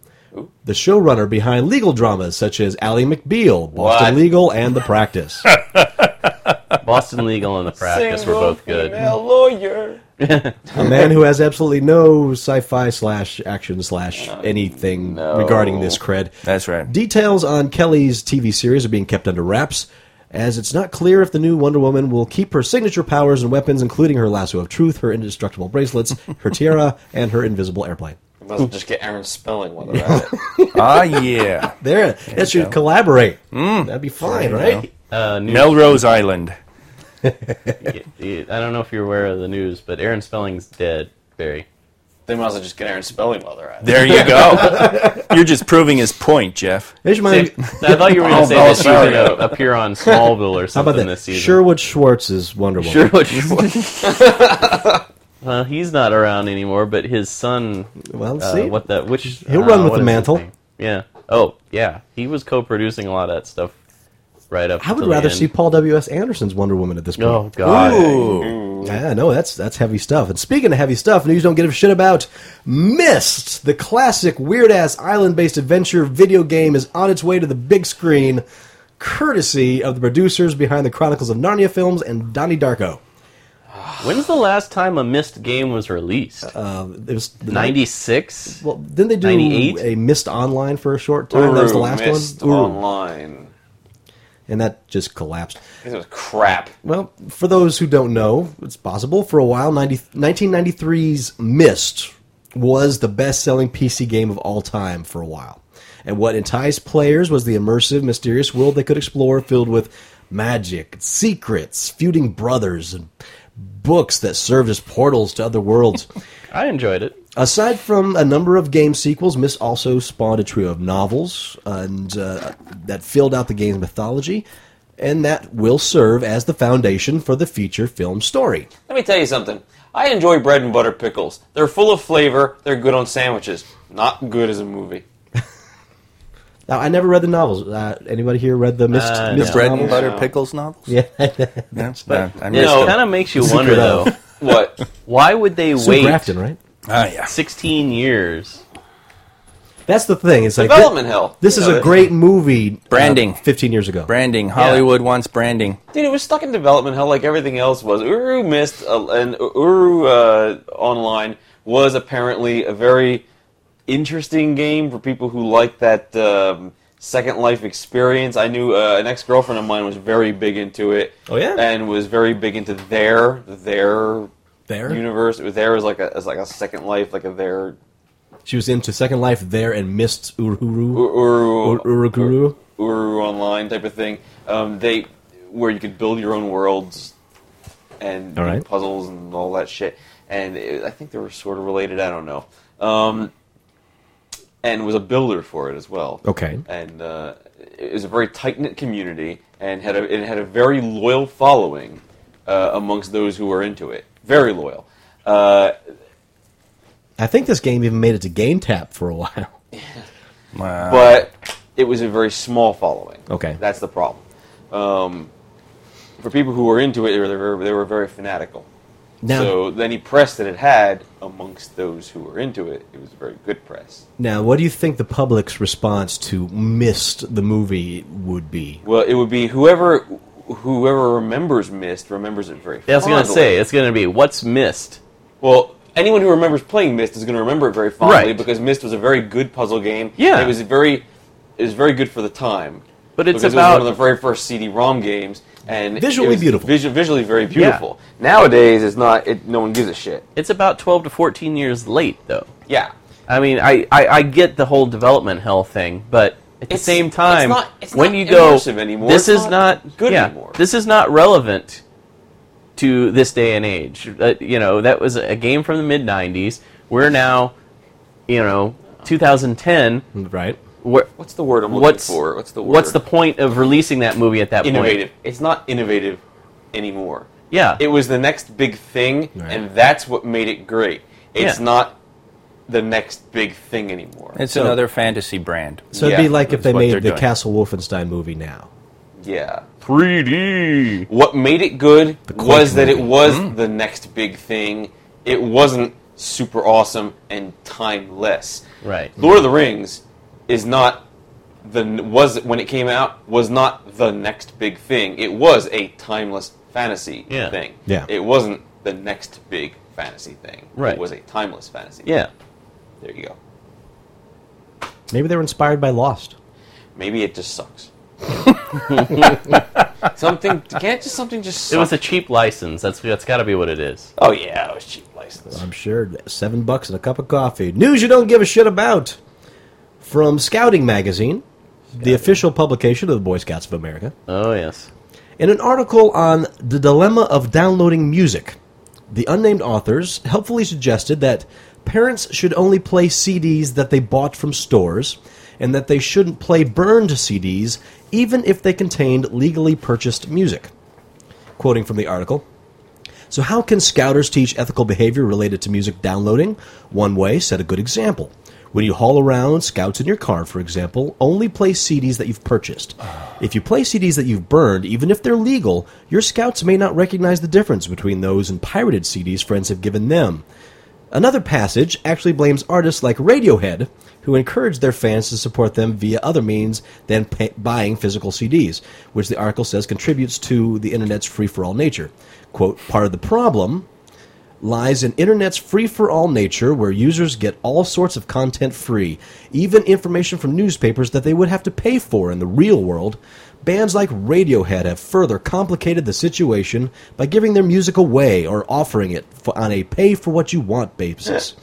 Speaker 4: the showrunner behind legal dramas such as Ally McBeal,
Speaker 2: What?
Speaker 4: Boston Legal, and The Practice.
Speaker 5: Boston Legal and the Practice were both good.
Speaker 2: Female lawyer.
Speaker 4: a man who has absolutely no sci-fi slash action slash
Speaker 5: Uh,
Speaker 4: anything regarding this cred.
Speaker 3: That's right.
Speaker 4: Details on Kelly's TV series are being kept under wraps, as it's not clear if the new Wonder Woman will keep her signature powers and weapons, including her lasso of truth, her indestructible bracelets, her tiara, and her invisible airplane.
Speaker 2: Might as well just get Aaron Spelling while they're at it.
Speaker 3: Ah, yeah.
Speaker 4: There, that should collaborate.
Speaker 5: Mm.
Speaker 4: That'd be fine, right?
Speaker 5: Uh, news,
Speaker 3: Melrose Island.
Speaker 5: I don't know if you're aware of the news, but Aaron Spelling's dead, Barry.
Speaker 2: They might as well just get Aaron Spelling while they're at it.
Speaker 3: There you go. You're just proving his point, Jeff.
Speaker 4: Here's my-
Speaker 5: I thought you were going
Speaker 2: Oh,
Speaker 5: to say
Speaker 2: oh,
Speaker 5: that she was
Speaker 2: sorry.
Speaker 5: going to appear on Smallville or
Speaker 4: How about
Speaker 5: something
Speaker 4: that?
Speaker 5: this season.
Speaker 4: Sherwood Schwartz is Wonder Woman.
Speaker 5: Sure. what you want. well, he's not around anymore, but his son.
Speaker 4: Well,
Speaker 5: uh,
Speaker 4: see,
Speaker 5: what the? Which uh,
Speaker 4: He'll run with
Speaker 5: what
Speaker 4: the
Speaker 5: is his
Speaker 4: mantle.
Speaker 5: name? Yeah. Oh, yeah. He was co-producing a lot of that stuff. Right up.
Speaker 4: I would
Speaker 5: till the
Speaker 4: rather
Speaker 5: end.
Speaker 4: see Paul W. S. Anderson's Wonder Woman at this point.
Speaker 5: Oh God.
Speaker 4: Yeah, no, that's that's heavy stuff. And speaking of heavy stuff, news you don't give a shit about. Mist, the classic weird ass island based adventure video game, is on its way to the big screen, courtesy of the producers behind the Chronicles of Narnia films and Donnie Darko.
Speaker 5: When's the last time a missed game was released?
Speaker 4: Um, It was the
Speaker 5: 96?
Speaker 4: Uh, Well, didn't they do
Speaker 5: 98?
Speaker 4: a Mist Online for a short time? that was the
Speaker 2: Uru
Speaker 4: last
Speaker 2: missed
Speaker 4: one. Uru.
Speaker 2: Online.
Speaker 4: And that just collapsed.
Speaker 2: This was crap.
Speaker 4: Well, for those who don't know, it's possible. For a while, 90, 1993's Myst was the best selling PC game of all time for a while. And what enticed players was the immersive, mysterious world they could explore filled with magic, secrets, feuding brothers, and books that served as portals to other worlds.
Speaker 5: I enjoyed it.
Speaker 4: Aside from a number of game sequels, Myst also spawned a trio of novels and uh, that filled out the game's mythology, and that will serve as the foundation for the feature film story.
Speaker 2: Let me tell you something. I enjoy bread and butter pickles. They're full of flavor. They're good on sandwiches. Not good as a movie.
Speaker 4: Now, I never read the novels. Uh, anybody here read the Myst,
Speaker 5: Uh,
Speaker 4: Myst
Speaker 5: no.
Speaker 3: Bread and
Speaker 4: novels?
Speaker 3: butter pickles novels. Yeah, that's no, I
Speaker 5: It
Speaker 3: missed
Speaker 2: know,
Speaker 3: it.
Speaker 5: kind of makes you wonder, though.
Speaker 2: What?
Speaker 5: Why would they
Speaker 4: Sue
Speaker 5: wait
Speaker 4: Grafton, right?
Speaker 3: Ah, yeah.
Speaker 5: 16 years?
Speaker 4: That's the thing. It's like
Speaker 2: Development hell.
Speaker 4: This
Speaker 2: You
Speaker 4: is
Speaker 2: know,
Speaker 4: a
Speaker 2: that-
Speaker 4: great movie. uh,
Speaker 3: Branding.
Speaker 4: Fifteen years ago.
Speaker 3: Branding. Hollywood wants branding.
Speaker 2: Dude, it was stuck in development hell like everything else was. Uru missed, uh, and Uru uh, Online was apparently a very interesting game for people who like that um, Second Life experience. I knew uh, an ex girlfriend of mine was very big into it.
Speaker 4: Oh, yeah?
Speaker 2: and was very big into their their
Speaker 4: There,
Speaker 2: universe. There is like a as like a Second Life, like a their
Speaker 4: she was into Second Life there and Myst Uhuru.
Speaker 2: Uru
Speaker 4: Urukuru.
Speaker 2: Uru Online type of thing. Um, they where you could build your own worlds and
Speaker 4: All right.
Speaker 2: puzzles and all that shit. And it, I think they were sort of related. I don't know. Um, and was a builder for it as well.
Speaker 4: Okay.
Speaker 2: And uh, it was a very tight knit community and had a, it had a very loyal following uh, amongst those who were into it. Very loyal. Uh,
Speaker 4: I think this game even made it to Game Tap for a while.
Speaker 3: Wow.
Speaker 2: but it was a very small following.
Speaker 4: Okay.
Speaker 2: that's the problem. Um, for people who were into it, they were, they were, they were very fanatical.
Speaker 4: Now,
Speaker 2: so any press that it had amongst those who were into it, it was a very good press.
Speaker 4: Now, what do you think the public's response to Mist the movie would be?
Speaker 2: Well, it would be whoever whoever remembers Mist remembers it very.
Speaker 5: Yeah, I was going to
Speaker 2: fondly.
Speaker 5: say, it's going to be what's missed.
Speaker 2: Well, anyone who remembers playing Myst is going to remember it very fondly
Speaker 5: Right.
Speaker 2: because Myst was a very good puzzle game.
Speaker 5: Yeah.
Speaker 2: And it was very, it was very good for the time.
Speaker 5: But it's
Speaker 2: because it was
Speaker 5: about-
Speaker 2: one of the very first CD-ROM games, and
Speaker 4: Visually
Speaker 2: it was
Speaker 4: beautiful.
Speaker 2: visu- visually very beautiful. Nowadays, it's not. It, no one gives a shit.
Speaker 5: It's about 12 to 14 years late, though.
Speaker 2: Yeah.
Speaker 5: I mean, I, I, I get the whole development hell thing, but at the
Speaker 2: It's-
Speaker 5: same time,
Speaker 2: it's not- it's
Speaker 5: when
Speaker 2: not
Speaker 5: you go,
Speaker 2: immersive anymore.
Speaker 5: this
Speaker 2: It's
Speaker 5: is
Speaker 2: not
Speaker 5: not
Speaker 2: good
Speaker 5: yeah,
Speaker 2: anymore.
Speaker 5: This is not relevant to this day and age. Uh, you know, that was a game from the mid '90s. We're now, you know, 2010.
Speaker 4: Right?
Speaker 5: Where,
Speaker 2: What's the word I'm looking
Speaker 5: what's
Speaker 2: for? What's the word?
Speaker 5: what's the point of releasing that movie at that
Speaker 2: innovative?
Speaker 5: point?
Speaker 2: It's not innovative anymore.
Speaker 5: Yeah,
Speaker 2: It was the next big thing,
Speaker 4: Right.
Speaker 2: and that's what made it great. It's
Speaker 5: Yeah.
Speaker 2: not the next big thing anymore.
Speaker 3: It's another fantasy brand.
Speaker 4: So it'd be
Speaker 2: Yeah,
Speaker 4: like if
Speaker 3: that's
Speaker 4: they
Speaker 3: what
Speaker 4: made the
Speaker 3: they're doing.
Speaker 4: Castle Wolfenstein movie now.
Speaker 2: yeah.
Speaker 5: 3D.
Speaker 2: what made it good
Speaker 4: Quake
Speaker 2: was that it
Speaker 4: movie.
Speaker 2: was
Speaker 5: Mm.
Speaker 2: the next big thing. It wasn't super awesome and timeless.
Speaker 5: Right.
Speaker 2: Lord of the Rings is not the was when it came out was not the next big thing. It was a timeless fantasy
Speaker 5: Yeah.
Speaker 2: thing.
Speaker 4: Yeah.
Speaker 2: It wasn't the next big fantasy thing.
Speaker 5: Right.
Speaker 2: It was a timeless fantasy.
Speaker 5: Yeah.
Speaker 2: There you go.
Speaker 4: Maybe they were inspired by Lost.
Speaker 2: Maybe it just sucks. something can't just something just
Speaker 5: It
Speaker 2: suck.
Speaker 5: was a cheap license. That's that's got to be what it is.
Speaker 2: oh yeah, it was cheap license.
Speaker 4: I'm sure seven bucks and a cup of coffee. News you don't give a shit about. From Scouting Magazine, the official publication of the Boy Scouts of America.
Speaker 5: Oh yes.
Speaker 4: In an article on the dilemma of downloading music, the unnamed authors helpfully suggested that parents should only play CDs that they bought from stores and that they shouldn't play burned CDs even if they contained legally purchased music. Quoting from the article. So, how can scouters teach ethical behavior related to music downloading? One way, set a good example. When you haul around scouts in your car, for example, only play CDs that you've purchased. If you play CDs that you've burned, even if they're legal, your scouts may not recognize the difference between those and pirated CDs friends have given them. Another passage actually blames artists like Radiohead, who encouraged their fans to support them via other means than pay- buying physical CDs, which the article says contributes to the internet's free for all nature. Quote, part of the problem lies in internet's free for all nature where users get all sorts of content free, even information from newspapers that they would have to pay for in the real world. Bands like Radiohead have further complicated the situation by giving their music away or offering it for, on a pay for what you want basis.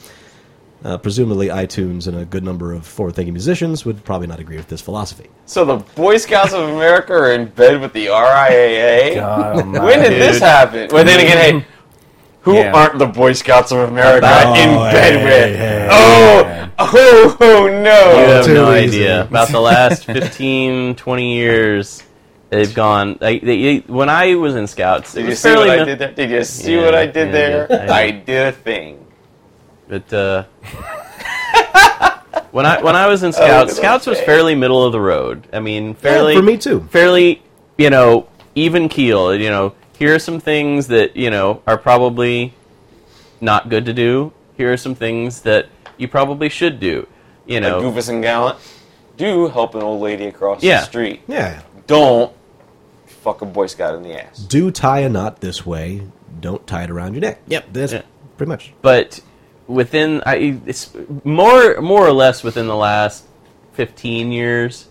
Speaker 4: Uh, presumably, iTunes and a good number of forward thinking musicians would probably not agree with this philosophy.
Speaker 2: So the Boy Scouts of America are in bed with the RIAA.
Speaker 3: God almighty.
Speaker 2: when did this happen? Well, then again,
Speaker 4: Mm.
Speaker 2: hey, who
Speaker 3: Yeah.
Speaker 2: aren't the Boy Scouts of America
Speaker 4: Oh,
Speaker 2: in bed
Speaker 4: hey,
Speaker 2: with?
Speaker 4: hey,
Speaker 2: oh, oh, oh,
Speaker 5: You
Speaker 2: no!
Speaker 5: have
Speaker 4: too
Speaker 5: no
Speaker 4: easy.
Speaker 5: idea. About the last 15, 20 years, they've gone. They, they, when I was in Scouts, it
Speaker 2: Did you
Speaker 5: was
Speaker 2: see what
Speaker 5: fairly.
Speaker 2: I
Speaker 5: no-
Speaker 2: did there? Did you see
Speaker 5: Yeah,
Speaker 2: what I did
Speaker 5: yeah,
Speaker 2: there?
Speaker 5: I did.
Speaker 2: I did a thing.
Speaker 5: But uh, when I when I was in Scouts,
Speaker 2: good
Speaker 5: Scouts was
Speaker 2: old
Speaker 5: fairly middle of the road. I mean, fairly
Speaker 4: for me too.
Speaker 5: Fairly, you know, even keel. You know, here are some things that you know are probably not good to do. Here are some things that you probably should do. You
Speaker 2: Like
Speaker 5: know,
Speaker 2: Goofus and Gallant, do help an old lady across
Speaker 5: Yeah.
Speaker 2: the street.
Speaker 4: Yeah.
Speaker 2: Don't fuck a Boy Scout in the ass.
Speaker 4: Do tie a knot this way, don't tie it around your neck. Yep, that's
Speaker 5: Yeah.
Speaker 4: pretty much.
Speaker 5: but within I, it's more more or less within the last 15 years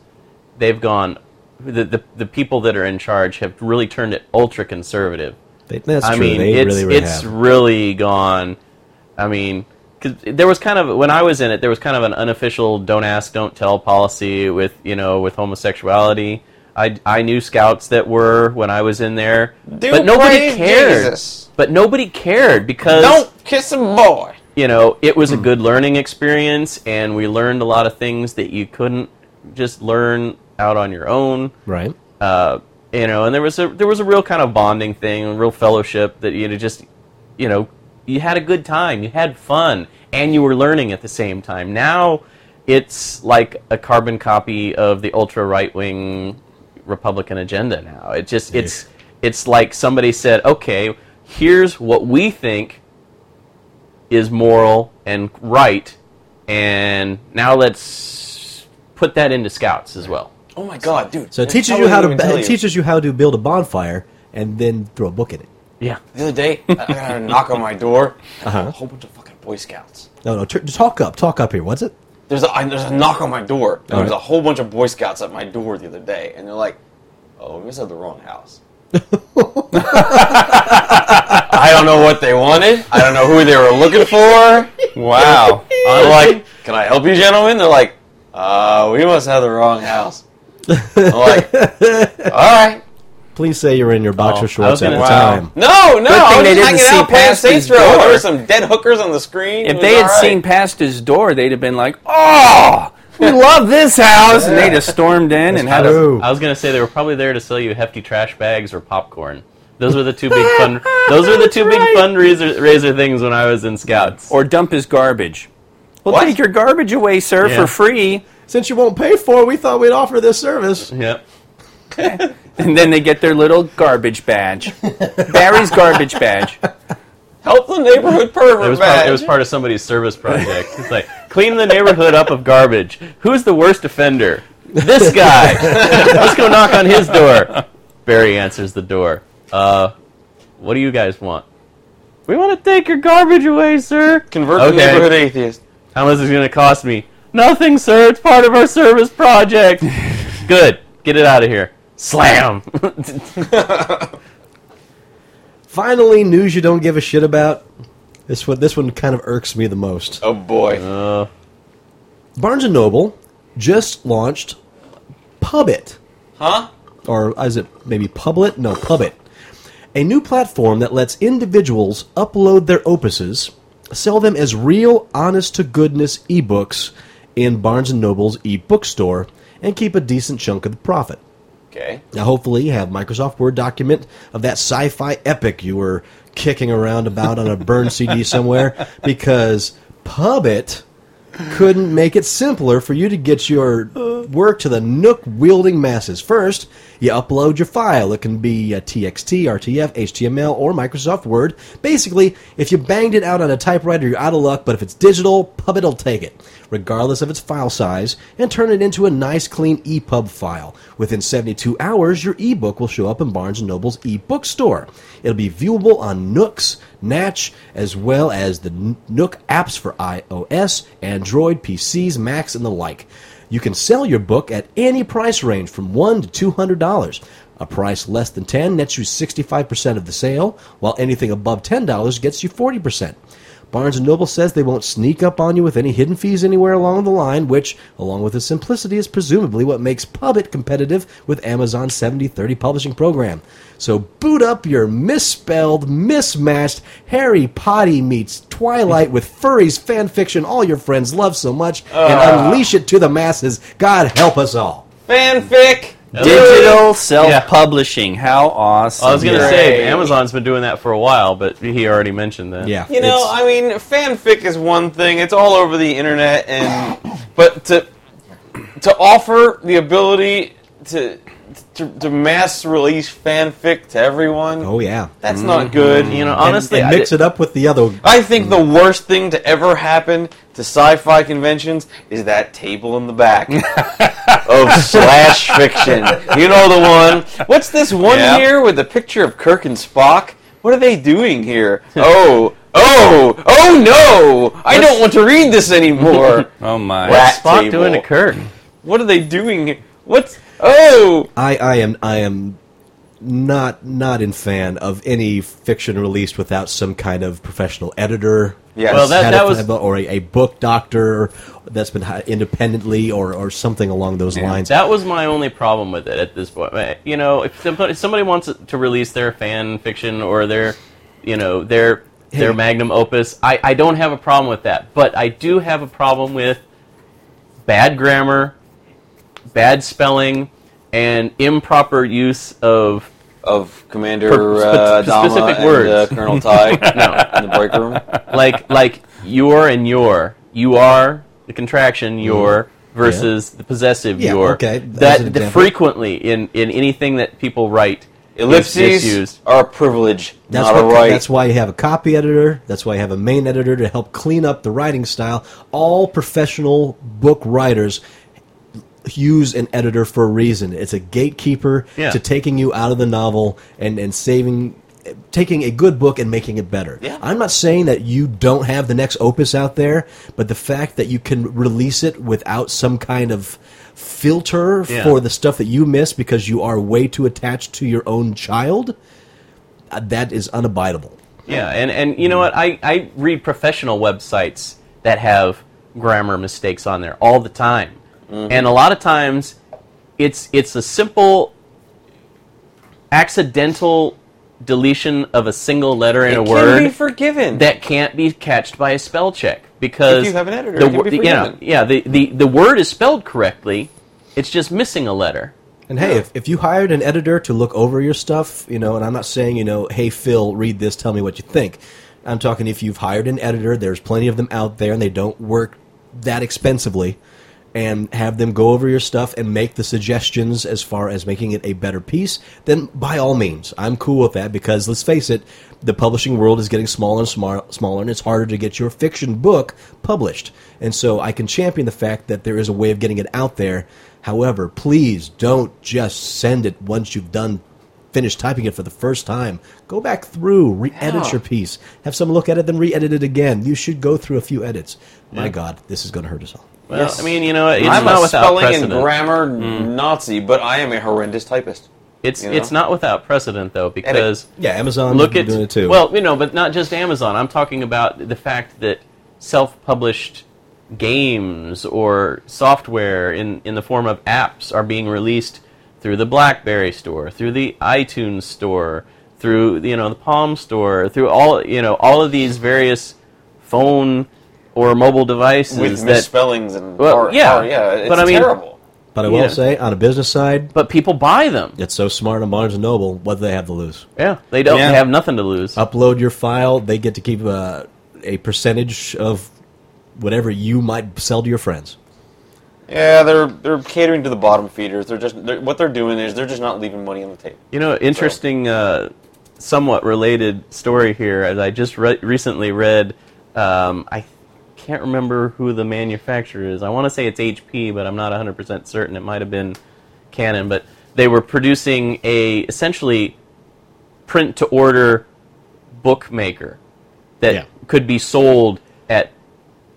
Speaker 5: they've gone the, the the people that are in charge have really turned it ultra conservative
Speaker 4: They, that's
Speaker 5: i
Speaker 4: true.
Speaker 5: mean
Speaker 4: they
Speaker 5: it's
Speaker 4: really, really
Speaker 5: it's
Speaker 4: have.
Speaker 5: really gone i mean cuz there was kind of when i was in it there was kind of an unofficial don't ask don't tell policy with you know with homosexuality I, I knew scouts that were when I was in there, but nobody
Speaker 2: praise
Speaker 5: cared.
Speaker 2: Jesus.
Speaker 5: But nobody cared because
Speaker 2: Don't kiss a boy.
Speaker 5: you know, it was a good learning experience, and we learned a lot of things that you couldn't just learn out on your own.
Speaker 4: Right.
Speaker 5: Uh, you know, and there was a there was a real kind of bonding thing, a real fellowship that you know just, you know, you had a good time, you had fun, and you were learning at the same time. Now, it's like a carbon copy of the ultra right wing Republican agenda. Now it just it's it's like somebody said, okay, here's what we think is moral and right, and now let's put that into scouts as well.
Speaker 2: Oh my god, dude!
Speaker 4: So it
Speaker 2: I
Speaker 4: teaches you
Speaker 2: probably
Speaker 4: how to
Speaker 2: didn't even tell
Speaker 4: it
Speaker 2: you.
Speaker 4: teaches you how to build a bonfire and then throw a book in it.
Speaker 5: Yeah.
Speaker 2: The other day, I I got a knock on my door.
Speaker 3: Uh-huh.
Speaker 2: A whole bunch of fucking Boy Scouts.
Speaker 4: No, no, tur talk up, talk up here. What's it?
Speaker 2: There's a, I, there's a knock on my door.
Speaker 3: Uh-huh.
Speaker 2: There was
Speaker 4: Alright.
Speaker 2: a whole bunch of Boy Scouts at my door the other day, and they're like, "Oh, we must have the wrong house." I don't know what they wanted. I don't know who they were looking for. Wow. I'm like, "Can I help you, gentlemen?" They're like, "Uh, we must have the wrong house." I'm like, "All right."
Speaker 4: Please say you're in your boxer
Speaker 5: Oh, I
Speaker 4: shorts
Speaker 5: was
Speaker 4: at
Speaker 5: gonna-
Speaker 4: the
Speaker 5: wow.
Speaker 4: time.
Speaker 2: No, no, I was just
Speaker 3: they didn't
Speaker 2: hanging
Speaker 3: see
Speaker 2: out playing
Speaker 3: past his
Speaker 2: Saints Row. There
Speaker 3: door.
Speaker 2: were some dead hookers on the screen. It
Speaker 3: If
Speaker 2: was
Speaker 3: they had
Speaker 2: alright.
Speaker 3: seen past his door, they'd have been like, "Oh, we love this house," and they'd have stormed in and had a.
Speaker 4: true.
Speaker 5: I was gonna say they were probably there to sell you hefty trash bags or popcorn. Those were the two big fun. Those were the two big fundraiser raiser things when I was in Scouts.
Speaker 3: Or dump his garbage. We'll
Speaker 2: What?
Speaker 3: take your garbage away, sir,
Speaker 5: Yeah.
Speaker 3: for free.
Speaker 4: Since you won't pay for it, we thought we'd offer this service.
Speaker 5: yep.
Speaker 3: And then they get their little garbage badge. Barry's garbage badge.
Speaker 2: help the neighborhood
Speaker 5: It
Speaker 2: pervert.
Speaker 5: was, part,
Speaker 2: badge.
Speaker 5: it was part of somebody's service project. It's like clean the neighborhood up of garbage. Who's the worst offender? This guy. Let's go knock on his door. Barry answers the door. Uh, what do you guys want? We want to take your garbage away, sir.
Speaker 2: Convert the
Speaker 5: Okay.
Speaker 2: neighborhood atheist.
Speaker 5: How much is it going to cost me? Nothing, sir. It's part of our service project. Good. Get it out of here. Slam.
Speaker 4: Finally, news you don't give a shit about. This one, this one kind of irks me the most.
Speaker 2: Oh boy.
Speaker 4: Barnes and Noble just launched Pubit.
Speaker 2: huh?
Speaker 4: or is it maybe Publet? No, Pubit. A new platform that lets individuals upload their opuses, sell them as real, honest to goodness ebooks in Barnes and Noble's ebookstore, and keep a decent chunk of the profit.
Speaker 2: Okay.
Speaker 4: Now, hopefully, you have Microsoft Word document of that sci-fi epic you were kicking around about on a burn CD somewhere, because Pubit couldn't make it simpler for you to get your work to the nook wielding masses. First, You upload your file. It can be uh, a TXT, RTF, HTML, or Microsoft Word. Basically, if you banged it out on a typewriter, you're out of luck, but if it's digital, PubIt will take it, regardless of its file size, and turn it into a nice, clean E EPUB file. Within 72 hours, your ebook will show up in Barnes & Noble's eBook store. It'll be viewable on Nooks, Natch, as well as the N- Nook apps for iOS, Android, PCs, Macs, and the like. You can sell your book at any price range from one to two hundred dollars. A price less than ten nets you sixty-five percent of the sale, while anything above ten dollars gets you forty percent. Barnes and Noble says they won't sneak up on you with any hidden fees anywhere along the line, which, along with its simplicity, is presumably what makes Pubit competitive with Amazon's 70/30 publishing program. So boot up your misspelled, mismatched Harry Potty meets Twilight with furries fan fiction all your friends love so much
Speaker 2: Ah.
Speaker 4: and unleash it to the masses. God help us all.
Speaker 2: Fanfic.
Speaker 3: Digital self-publishing. How awesome!
Speaker 5: I was gonna
Speaker 2: Right.
Speaker 5: say Amazon's been doing that for a while, but he already mentioned that.
Speaker 4: Yeah.
Speaker 2: You know,
Speaker 4: it's-
Speaker 2: I mean, fanfic is one thing. It's all over the internet, and but to to offer the ability to to, to mass release fanfic to everyone,
Speaker 4: oh yeah.
Speaker 2: that's not good. You
Speaker 5: You
Speaker 2: know,
Speaker 5: know, honestly,
Speaker 4: and
Speaker 5: I
Speaker 4: mix
Speaker 5: did-
Speaker 4: it up with the other.
Speaker 2: I think the worst thing to ever happen to sci-fi conventions is that table in the back of slash fiction. You know the one. What's this one
Speaker 5: Yeah.
Speaker 2: here with the picture of Kirk and Spock? What are they doing here? Oh, oh, oh no! I don't want to read this anymore.
Speaker 3: Oh my!
Speaker 2: Whack.
Speaker 5: Spock
Speaker 2: table.
Speaker 5: doing a Kirk.
Speaker 2: what are they doing? here? What's oh?
Speaker 4: I, I am I am not not in fan of any fiction released without some kind of professional editor.
Speaker 2: Yes.
Speaker 5: Well, that-
Speaker 4: had a-
Speaker 5: was-
Speaker 4: or a, a book doctor that's been hi- independently or, or something along those lines.
Speaker 5: That was my only problem with it at this point. Uh, You know, if somebody, if somebody wants to release their fan fiction or their, you know, their their
Speaker 4: Hey.
Speaker 5: magnum opus, I, I don't have a problem with that. But I do have a problem with bad grammar, bad spelling, and improper use of
Speaker 2: Of Commander
Speaker 5: Per- spe-
Speaker 2: uh, Dama
Speaker 5: specific
Speaker 2: and
Speaker 5: words.
Speaker 2: uh, Colonel Ty in the break room.
Speaker 5: like like your and your. You are the contraction your versus the possessive
Speaker 4: Mm-hmm. Yeah,
Speaker 5: your.
Speaker 4: okay, as an
Speaker 5: That the
Speaker 4: example.
Speaker 5: frequently in in anything that people write is misused.
Speaker 2: Ellipses are a privilege,
Speaker 4: That's
Speaker 2: not a
Speaker 4: what-
Speaker 2: right.
Speaker 4: That's why you have a copy editor. That's why you have a main editor to help clean up the writing style. All professional book writers use an editor for a reason. It's a gatekeeper
Speaker 5: Yeah.
Speaker 4: to taking you out of the novel and and saving. Taking a good book and making it better.
Speaker 2: Yeah.
Speaker 4: I'm not saying that you don't have the next opus out there, but the fact that you can release it without some kind of filter
Speaker 5: Yeah.
Speaker 4: for the stuff that you miss because you are way too attached to your own child, uh, that is unabidable.
Speaker 5: Yeah, and, and you know what? I, I read professional websites that have grammar mistakes on there all the time.
Speaker 2: Mm-hmm.
Speaker 5: And a lot of times it's it's a simple accidental deletion of a single letter in
Speaker 2: it
Speaker 5: a
Speaker 2: can
Speaker 5: word
Speaker 2: be forgiven.
Speaker 5: that can't be catched by a spell check because
Speaker 2: If you have an editor,
Speaker 5: the,
Speaker 2: it can
Speaker 5: wo-
Speaker 2: be
Speaker 5: yeah,
Speaker 2: forgiven.
Speaker 5: yeah the, the, the word is spelled correctly, it's just missing a letter.
Speaker 4: And hey, if, if you hired an editor to look over your stuff, you know, and I'm not saying, you know, hey, Phil, read this, tell me what you think. I'm talking if you've hired an editor, there's plenty of them out there and they don't work that expensively, and have them go over your stuff and make the suggestions as far as making it a better piece, then by all means, I'm cool with that because let's face it, the publishing world is getting smaller and smar- smaller, and it's harder to get your fiction book published. And so I can champion the fact that there is a way of getting it out there. However, please don't just send it once you've done finished typing it for the first time. Go back through, re-edit your piece, have someone look at it, then re-edit it again. You should go through a few edits. My God, this is going to hurt us all.
Speaker 5: Well, I mean, you know, it's
Speaker 2: I'm
Speaker 5: not
Speaker 2: a
Speaker 5: without
Speaker 2: spelling
Speaker 5: precedent. Mm.
Speaker 2: and grammar Nazi, but I am a horrendous typist.
Speaker 5: it's
Speaker 2: you know?
Speaker 5: it's not without precedent though because
Speaker 4: Yeah, Amazon
Speaker 5: look at
Speaker 4: doing it too.
Speaker 5: well, you know, but not just Amazon. I'm talking about the fact that self-published games or software in in the form of apps are being released through the BlackBerry store, through the iTunes store, through you know the Palm store, through all you know all of these various phone or mobile devices
Speaker 2: With
Speaker 5: that
Speaker 2: misspellings and
Speaker 5: Well,
Speaker 2: or-
Speaker 5: yeah,
Speaker 2: or- yeah, it's
Speaker 5: but I mean-
Speaker 2: terrible.
Speaker 4: but I will
Speaker 5: yeah.
Speaker 4: say, on a business side,
Speaker 5: but people buy them.
Speaker 4: it's so smart on Barnes and Noble. What do they have to lose?
Speaker 5: Yeah, they don't
Speaker 3: Yeah.
Speaker 5: have nothing to lose.
Speaker 4: Upload your file; they get to keep uh, a, a percentage of whatever you might sell to your friends.
Speaker 2: Yeah, they're they're catering to the bottom feeders. They're just they're, what they're doing is they're just not leaving money on the table.
Speaker 5: You know, interesting, uh, somewhat related story here. As I just re- recently read, um, I can't remember who the manufacturer is. I want to say it's HP, but I'm not 100% certain. It might have been Canon, but they were producing a essentially print to order bookmaker that
Speaker 4: Yeah.
Speaker 5: could be sold at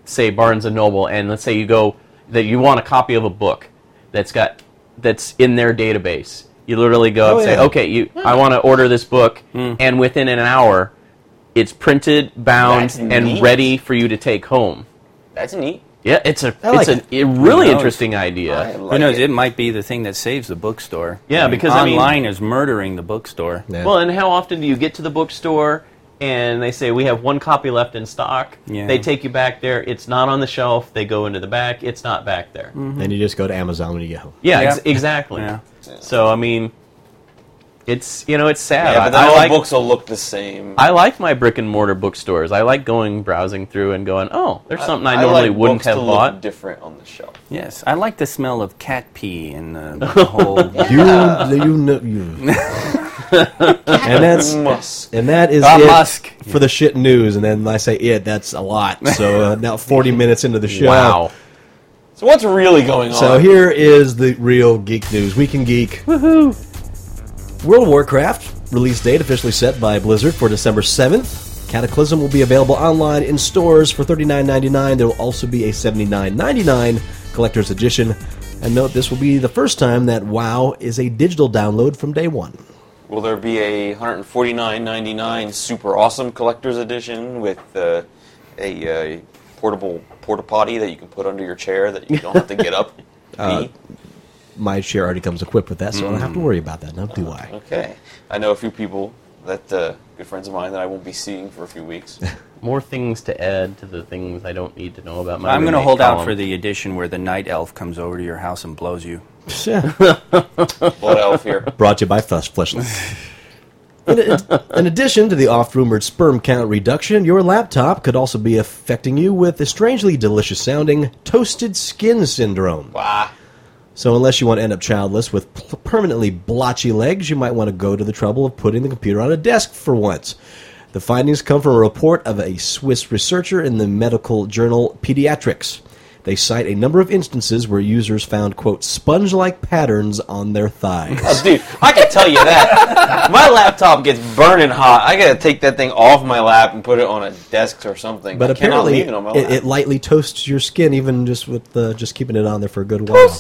Speaker 5: say Barnes and Noble, and let's say you go that you want a copy of a book that's got that's in their database. You literally go
Speaker 4: Oh,
Speaker 5: and say,
Speaker 4: yeah.
Speaker 5: "Okay, you, I want to order this book,"
Speaker 3: Hmm.
Speaker 5: and within an hour, it's printed, bound,
Speaker 6: That's
Speaker 5: and
Speaker 6: neat.
Speaker 5: ready for you to take home.
Speaker 6: That's neat.
Speaker 5: Yeah, it's a
Speaker 4: I like
Speaker 5: it's
Speaker 4: it.
Speaker 5: a, a really
Speaker 3: Who knows?
Speaker 5: interesting idea.
Speaker 6: I like
Speaker 3: Who knows?
Speaker 6: It.
Speaker 3: It. might be the thing that saves the bookstore.
Speaker 5: Yeah, because, I mean-
Speaker 3: online is murdering the bookstore.
Speaker 4: Yeah.
Speaker 5: Well, and how often do you get to the bookstore and they say we have one copy left in stock?
Speaker 3: Yeah.
Speaker 5: They take you back there. It's not on the shelf. They go into the back. It's not back there.
Speaker 3: Hmm.
Speaker 4: and you just go to Amazon when you get home.
Speaker 5: Yeah,
Speaker 3: Yeah.
Speaker 5: Ex- exactly.
Speaker 3: Yeah.
Speaker 5: So I mean, it's you know it's sad.
Speaker 2: Yeah, but then
Speaker 5: I,
Speaker 2: all
Speaker 5: like
Speaker 2: books will look the same.
Speaker 5: I like my brick and mortar bookstores. I like going browsing through and going, oh, there's something I, normally
Speaker 2: like
Speaker 5: wouldn't
Speaker 2: books
Speaker 5: have
Speaker 2: to look
Speaker 5: bought.
Speaker 2: different on the shelf.
Speaker 3: Yes, I like the smell of cat pee and the, the whole.
Speaker 4: You, you know, you. and that's
Speaker 2: Musk.
Speaker 4: and that is
Speaker 3: Ah,
Speaker 4: it
Speaker 3: Musk.
Speaker 4: for the shit news. And then I say it. That's a lot. So uh, now forty minutes into the show.
Speaker 5: Wow.
Speaker 2: So what's really going on?
Speaker 4: So here is the real geek news. We can geek. Woohoo! World of Warcraft release date officially set by Blizzard for December seventh. Cataclysm will be available online in stores for $39.99. There will also be a $79.99 collector's edition. And note, this will be the first time that WoW is a digital download from day one.
Speaker 2: Will there be a 149.99 super awesome collector's edition with uh, a uh, portable porta potty that you can put under your chair that you don't have to get up? and eat?
Speaker 4: My chair already comes equipped with that, so I don't have to worry about that. Now, do I?
Speaker 2: Okay, I know a few people that uh, good friends of mine that I won't be seeing for a few weeks.
Speaker 5: More things to add to the things I don't need to know about my.
Speaker 3: I'm going to
Speaker 5: roommate
Speaker 3: hold out
Speaker 5: column.
Speaker 3: for the edition where the night elf comes over to your house and blows you.
Speaker 2: Blood elf here.
Speaker 4: Brought to you by Fuss Fleshless. In, in addition to the oft-rumored sperm count reduction, your laptop could also be affecting you with the strangely delicious-sounding toasted skin syndrome.
Speaker 2: Bah.
Speaker 4: So unless you want to end up childless with pl- permanently blotchy legs, you might want to go to the trouble of putting the computer on a desk for once. The findings come from a report of a Swiss researcher in the medical journal Pediatrics. They cite a number of instances where users found quote sponge-like patterns on their thighs.
Speaker 2: Dude, I can tell you that. My laptop gets burning hot. I gotta take that thing off my lap and put it on a desk or something.
Speaker 4: But
Speaker 2: I cannot
Speaker 4: apparently,
Speaker 2: leave it on my
Speaker 4: it,
Speaker 2: lap.
Speaker 4: it lightly toasts your skin, even just with uh, just keeping it on there for a good while. Yeah,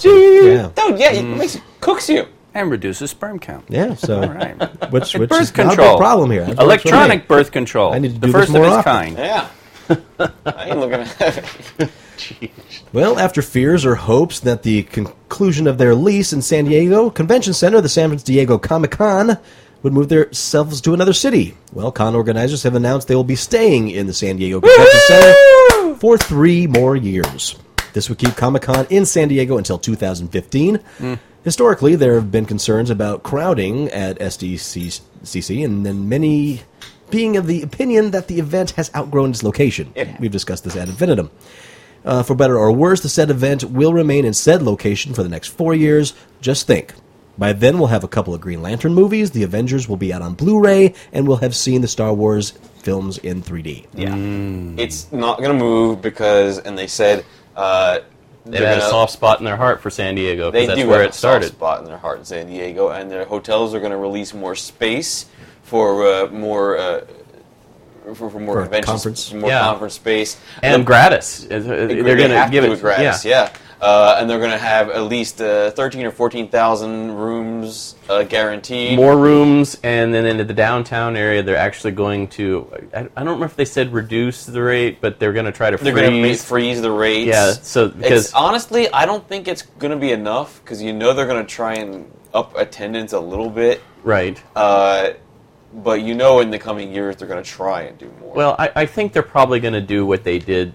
Speaker 2: Dude, yeah, it makes cooks you.
Speaker 3: And reduces sperm count.
Speaker 4: yeah. So,
Speaker 3: All right.
Speaker 4: which which
Speaker 3: Birth
Speaker 4: is not a big
Speaker 3: control.
Speaker 4: problem here. That's what I'm saying.
Speaker 3: Electronic birth control.
Speaker 4: I need to
Speaker 3: the
Speaker 4: do this
Speaker 3: first
Speaker 4: more
Speaker 3: of its
Speaker 4: often.
Speaker 3: kind.
Speaker 2: Yeah. I ain't looking at it.
Speaker 4: Well, after fears or hopes that the conclusion of their lease in San Diego Convention Center, the San Diego Comic Con, would move themselves to another city. Well, con organizers have announced they will be staying in the San Diego Convention Center for three more years. This would keep Comic Con in San Diego until 2015. Historically, there have been concerns about crowding at SDCC, and then many being of the opinion that the event has outgrown its location. We've discussed this ad infinitum. Uh, for better or worse, the said event will remain in said location for the next four years. Just think. By then, we'll have a couple of Green Lantern movies, the Avengers will be out on Blu ray, and we'll have seen the Star Wars films in 3D.
Speaker 2: Yeah. It's not going to move because, and they said, uh,
Speaker 5: They've got a soft spot in their heart for San Diego
Speaker 2: They
Speaker 5: because that's
Speaker 2: do
Speaker 5: where
Speaker 2: have a
Speaker 5: it started.
Speaker 2: soft spot in their heart in San Diego, and their hotels are going to release more space for uh, more. Uh, for, for more
Speaker 4: For
Speaker 2: conventions,
Speaker 4: conference.
Speaker 2: more
Speaker 5: Yeah.
Speaker 2: conference space,
Speaker 5: and
Speaker 2: The-
Speaker 5: gratis. Is- is- They're going to
Speaker 2: have
Speaker 5: give
Speaker 2: to
Speaker 5: it
Speaker 2: gratis, yeah. Uh, and they're going to have at least uh, thirteen or fourteen thousand rooms uh, guaranteed.
Speaker 5: More rooms, and then into the downtown area, they're actually going to. I, I don't remember if they said reduce the rate, but they're going to try to
Speaker 2: They're going to
Speaker 5: freeze.
Speaker 2: freeze the rates.
Speaker 5: Yeah, so because
Speaker 2: It's, honestly, I don't think it's going to be enough because you know they're going to try and up attendance a little bit,
Speaker 5: right.
Speaker 2: uh, but you know in the coming years they're going to try and do more.
Speaker 5: well, I, I think they're probably going to do what they did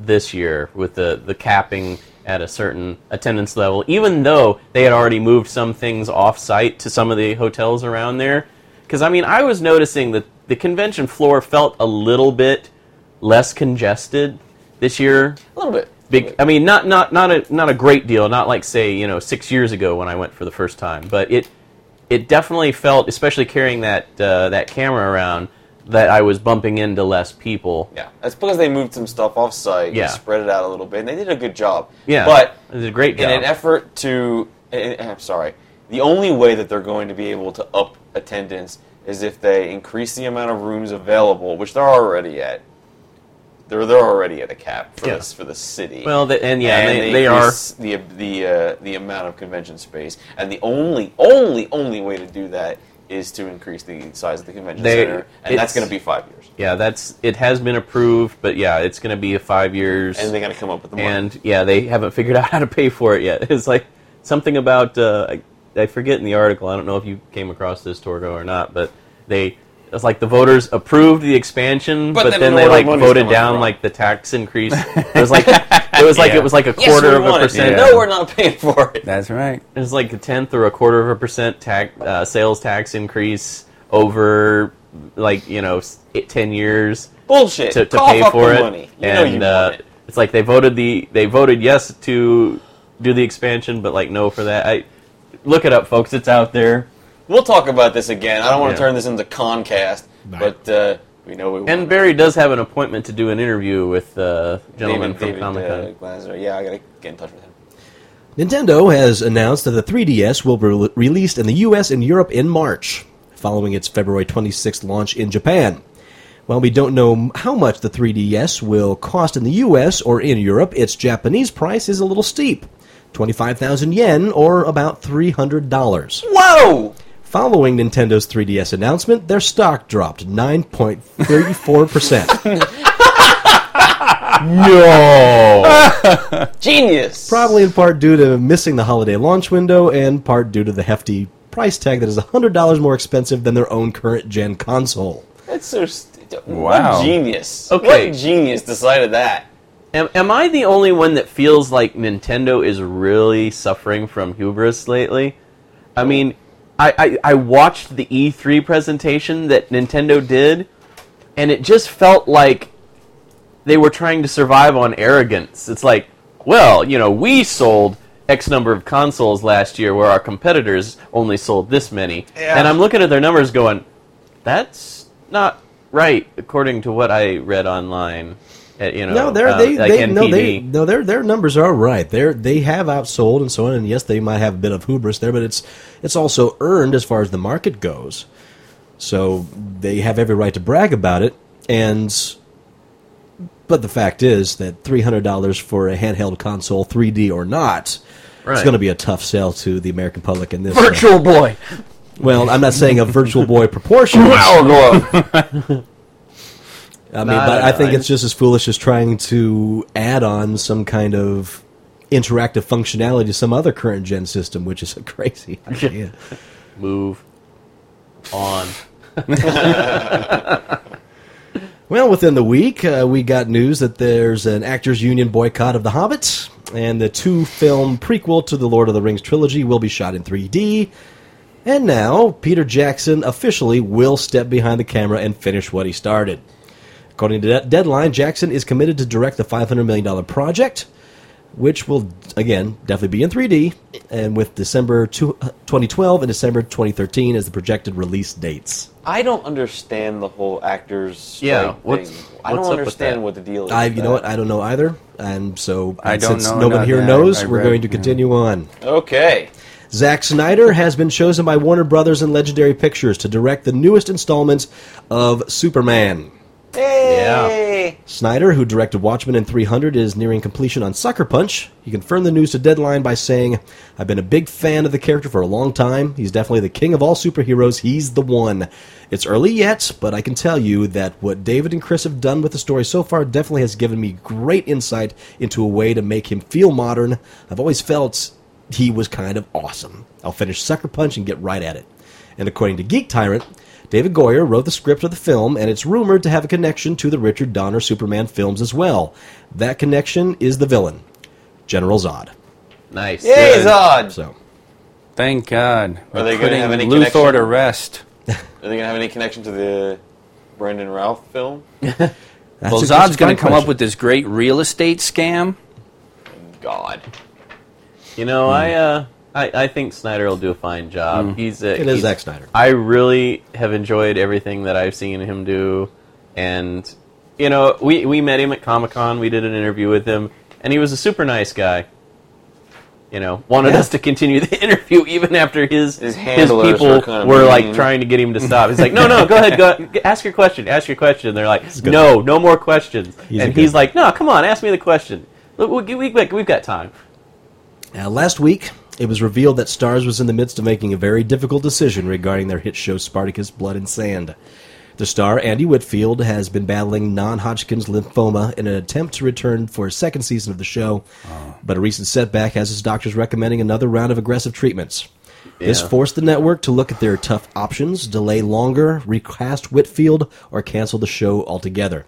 Speaker 5: this year with the the capping at a certain attendance level, even though they had already moved some things off site to some of the hotels around there. Because I mean, I was noticing that the convention floor felt a little bit less congested this year
Speaker 2: a little bit.
Speaker 5: Big, I mean, not not not a not a great deal. Not like say you know six years ago when I went for the first time, but it it definitely felt, especially carrying that uh, that camera around, that I was bumping into less people.
Speaker 2: Yeah, that's because they moved some stuff off site,
Speaker 5: Yeah.
Speaker 2: and spread it out a little bit, and they did a good job.
Speaker 5: Yeah,
Speaker 2: but
Speaker 5: it was a great
Speaker 2: in
Speaker 5: job.
Speaker 2: an effort to, eh, eh, I'm sorry, the only way that they're going to be able to up attendance is if they increase the amount of rooms available, which they're already at. They're they're already at a cap for
Speaker 5: Yeah.
Speaker 2: this for the city.
Speaker 5: Well, the, and yeah,
Speaker 2: and
Speaker 5: they, they are.
Speaker 2: increase the the uh, the amount of convention space, and the only only only way to do that is to increase the size of the convention
Speaker 5: They-
Speaker 2: center, and that's
Speaker 5: it's-
Speaker 2: going to be five years.
Speaker 5: Yeah, that's it has been approved, but yeah, it's going to be a five years.
Speaker 2: And they got to come up with the money.
Speaker 5: and yeah, they haven't figured out how to pay for it yet. It's like something about uh, I, I forget in the article. I don't know if you came across this Torgo or not, but they it's like the voters approved the expansion,
Speaker 2: But
Speaker 5: but,
Speaker 2: then
Speaker 5: then,
Speaker 2: where
Speaker 5: they
Speaker 2: the
Speaker 5: like
Speaker 2: money's
Speaker 5: voted
Speaker 2: coming
Speaker 5: down
Speaker 2: from.
Speaker 5: like the tax increase. It was like it was like
Speaker 3: Yeah.
Speaker 5: it was like a
Speaker 2: Yes,
Speaker 5: quarter
Speaker 2: we
Speaker 5: of a
Speaker 2: want it.
Speaker 5: percent.
Speaker 2: No, we're not paying for it.
Speaker 3: That's right.
Speaker 5: It was like a tenth or a quarter of a percent tax uh, sales tax increase over like you know s- eight- ten years
Speaker 2: Bullshit.
Speaker 5: to, to
Speaker 2: Cough
Speaker 5: pay
Speaker 2: up
Speaker 5: for
Speaker 2: the
Speaker 5: it.
Speaker 2: money. You know you
Speaker 5: and uh,
Speaker 2: want it.
Speaker 5: it's like they voted the they voted yes to do the expansion, but like no for that. I look it up, folks. It's out there.
Speaker 2: We'll talk about this again. I don't want
Speaker 5: Yeah.
Speaker 2: to turn this into Concast,
Speaker 4: Nah.
Speaker 2: but uh, we know we want
Speaker 5: And Barry does have an appointment to do an interview with uh,
Speaker 2: it.
Speaker 5: gentleman
Speaker 2: David-
Speaker 5: from
Speaker 2: David,
Speaker 5: Comic Con.
Speaker 2: uh, Glasner. Yeah, I gotta get in touch with him.
Speaker 4: Nintendo has announced that the 3DS will be re- released in the US and Europe in March, following its February 26th launch in Japan. While we don't know m- how much the 3DS will cost in the US or in Europe, its Japanese price is a little steep 25,000 yen or about $300.
Speaker 2: Whoa!
Speaker 4: Following Nintendo's 3DS announcement, their stock dropped 9.34%.
Speaker 2: Genius.
Speaker 4: probably in part due to missing the holiday launch window and part due to the hefty price tag that is $100 more expensive than their own current gen console.
Speaker 2: That's so. St-
Speaker 3: Wow.
Speaker 2: What genius.
Speaker 5: Okay.
Speaker 2: What genius decided that?
Speaker 5: Am, am I the only one that feels like Nintendo is really suffering from hubris lately? I mean, I, I, I watched the E3 presentation that Nintendo did, and it just felt like they were trying to survive on arrogance. It's like, well, you know, we sold X number of consoles last year where our competitors only sold this many. And I'm looking at their numbers going, that's not right according to what I read online. At, you know,
Speaker 4: No, they're,
Speaker 5: uh,
Speaker 4: they,
Speaker 5: like
Speaker 4: they, no, they,
Speaker 5: NPD.
Speaker 4: no, their their numbers are right. They they have outsold and so on. And yes, they might have a bit of hubris there, but it's it's also earned as far as the market goes. So they have every right to brag about it. And but the fact is that three hundred dollars for a handheld console, three D or not, it's
Speaker 5: Right.
Speaker 4: going to be a tough sell to the American public in this.
Speaker 3: Virtual boy.
Speaker 4: Well, I'm not saying of virtual boy proportions. I mean,
Speaker 5: No, I
Speaker 4: but
Speaker 5: don't
Speaker 4: I
Speaker 5: know.
Speaker 4: think
Speaker 5: I-
Speaker 4: it's just as foolish as trying to add on some kind of interactive functionality to some other current gen system, which is a crazy idea.
Speaker 5: Move on.
Speaker 4: well, within the week, uh, we got news that there's an actors union boycott of The Hobbit, and the two film prequel to the Lord of the Rings trilogy will be shot in 3D. And now, Peter Jackson officially will step behind the camera and finish what he started. According to De- Deadline, Jackson is committed to direct the $500 million project, which will, again, definitely be in 3D, and with December two- 2012 and December 2013 as the projected release dates.
Speaker 2: I don't understand the whole actors.
Speaker 5: Yeah,
Speaker 2: strike
Speaker 5: what's-
Speaker 2: thing. I
Speaker 5: what's
Speaker 2: don't
Speaker 5: up with
Speaker 2: understand
Speaker 5: that?
Speaker 2: what the deal is.
Speaker 4: I,
Speaker 2: with
Speaker 4: you know
Speaker 2: that.
Speaker 4: what? I don't know either, and so
Speaker 3: Uh, I
Speaker 4: and
Speaker 3: don't
Speaker 4: since
Speaker 3: know
Speaker 4: no one
Speaker 3: about
Speaker 4: here
Speaker 3: that.
Speaker 4: knows,
Speaker 3: I
Speaker 4: we're
Speaker 3: read-
Speaker 4: going to
Speaker 3: yeah.
Speaker 4: continue on.
Speaker 2: Okay.
Speaker 4: Zack Snyder has been chosen by Warner Brothers and Legendary Pictures to direct the newest installments of Superman.
Speaker 2: Hey.
Speaker 4: Snyder, who directed Watchmen and 300, is nearing completion on Sucker Punch. He confirmed the news to Deadline by saying, I've been a big fan of the character for a long time. He's definitely the king of all superheroes. He's the one. It's early yet, but I can tell you that what David and Chris have done with the story so far definitely has given me great insight into a way to make him feel modern. I've always felt he was kind of awesome. I'll finish Sucker Punch and get right at it. And according to Geek Tyrant, David Goyer wrote the script of the film, and it's rumored to have a connection to the Richard Donner Superman films as well. That connection is the villain, General Zod.
Speaker 5: Nice.
Speaker 2: Yay,
Speaker 5: Good.
Speaker 2: Zod!
Speaker 4: So,
Speaker 3: Thank God.
Speaker 2: Are they gonna
Speaker 3: Putting
Speaker 2: have any
Speaker 3: Luthor
Speaker 2: connection?
Speaker 3: to rest.
Speaker 2: Are they gonna have any connection to the Brandon Ralph film?
Speaker 4: that's
Speaker 3: well,
Speaker 4: a- that's
Speaker 3: Zod's
Speaker 4: a
Speaker 3: going to come
Speaker 4: fun question.
Speaker 3: up with this great real estate scam.
Speaker 2: God.
Speaker 5: You know, I, uh, I I think Snyder will do a fine job. He's a,
Speaker 4: It is
Speaker 5: he's-
Speaker 4: Zack Snyder.
Speaker 5: I really have enjoyed everything that I've seen him do, and you know, we we met him at Comic Con. We did an interview with him, and he was a super nice guy. You know, wanted us to continue the interview even after his
Speaker 2: His
Speaker 5: his,
Speaker 2: handlers
Speaker 5: people
Speaker 2: were
Speaker 5: were,
Speaker 2: kinda mean.
Speaker 5: like trying to get him to stop. He's like, "No, no, go ahead, go g- ask your question, ask your question." They're like,
Speaker 4: good.
Speaker 5: "No, no more questions,"
Speaker 4: He's a
Speaker 5: and
Speaker 4: good-
Speaker 5: he's like, "No, come on, ask me the question. Look, we, we, we, we've got time."
Speaker 4: Now, last week, it was revealed that Stars was in the midst of making a very difficult decision regarding their hit show Spartacus Blood and Sand. The star, Andy Whitfield, has been battling non Hodgkin's lymphoma in an attempt to return for a second season of the show, but a recent setback has his doctors recommending another round of aggressive treatments. This
Speaker 5: Yeah.
Speaker 4: forced the network to look at their tough options delay longer, recast Whitfield, or cancel the show altogether.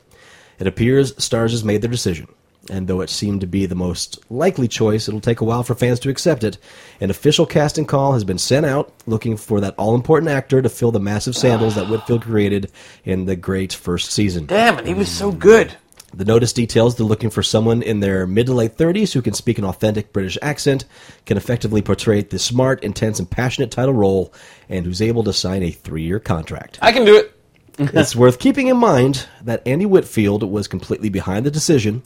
Speaker 4: It appears Stars has made their decision. And though it seemed to be the most likely choice, it'll take a while for fans to accept it. An official casting call has been sent out looking for that all important actor to fill the massive sandals that Whitfield created in the great first season.
Speaker 2: Damn it, he was so good.
Speaker 4: The notice details they're looking for someone in their mid to late 30s who can speak an authentic British accent, can effectively portray the smart, intense, and passionate title role, and who's able to sign a three year contract.
Speaker 2: I can do it.
Speaker 4: it's worth keeping in mind that Andy Whitfield was completely behind the decision,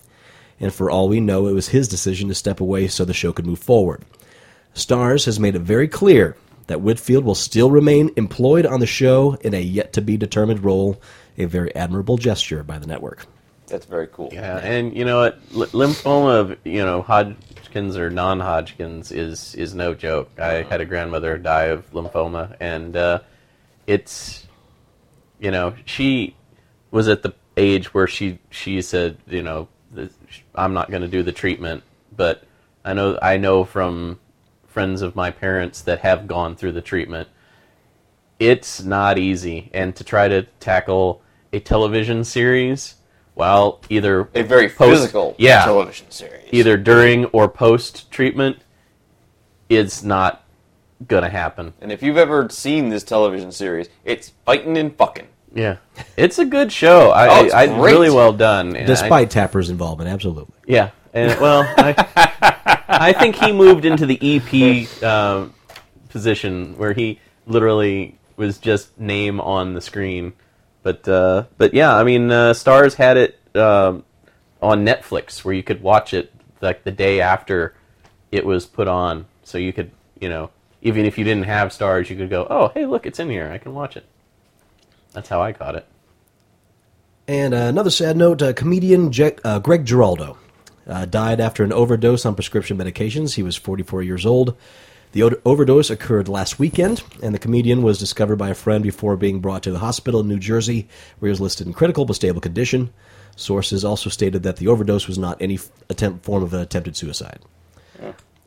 Speaker 4: and for all we know, it was his decision to step away so the show could move forward. Stars has made it very clear that Whitfield will still remain employed on the show in a yet to be determined role, a very admirable gesture by the network.
Speaker 2: That's very cool.
Speaker 5: Yeah, and you know what? L- lymphoma, of, you know, Hodgkin's or non-Hodgkin's is is no joke. I had a grandmother die of lymphoma, and uh, it's, you know, she was at the age where she she said, you know, th- sh- I'm not going to do the treatment. But I know I know from friends of my parents that have gone through the treatment it's not easy and to try to tackle a television series while either
Speaker 2: A very
Speaker 5: post-
Speaker 2: physical
Speaker 5: yeah
Speaker 2: television series.
Speaker 5: either during or post treatment is not gonna happen
Speaker 2: And if you've ever seen this television series, it's fighting and fucking.
Speaker 5: yeah it's a good show i,
Speaker 2: Oh, it's
Speaker 5: I, I
Speaker 2: great.
Speaker 5: really well done and I-
Speaker 4: Despite Tapper's involvement, absolutely.
Speaker 5: yeah and well I, I think he moved into the ep um, position where he literally was just name on the screen. But uh, but yeah, I mean, uh, Stars had it um, on Netflix where you could watch it like the day after it was put on, so you could you know even if you didn't have Stars, you could go, oh hey look, it's in here, I can watch it. That's how I caught it.
Speaker 4: And uh, another sad note uh, comedian Je- uh, Greg Giraldo uh, died after an overdose on prescription medications. He was 44 years old. The o- overdose occurred last weekend, and the comedian was discovered by a friend before being brought to the hospital in New Jersey, where he was listed in critical but stable condition. Sources also stated that the overdose was not any f- attempt form of an attempted suicide.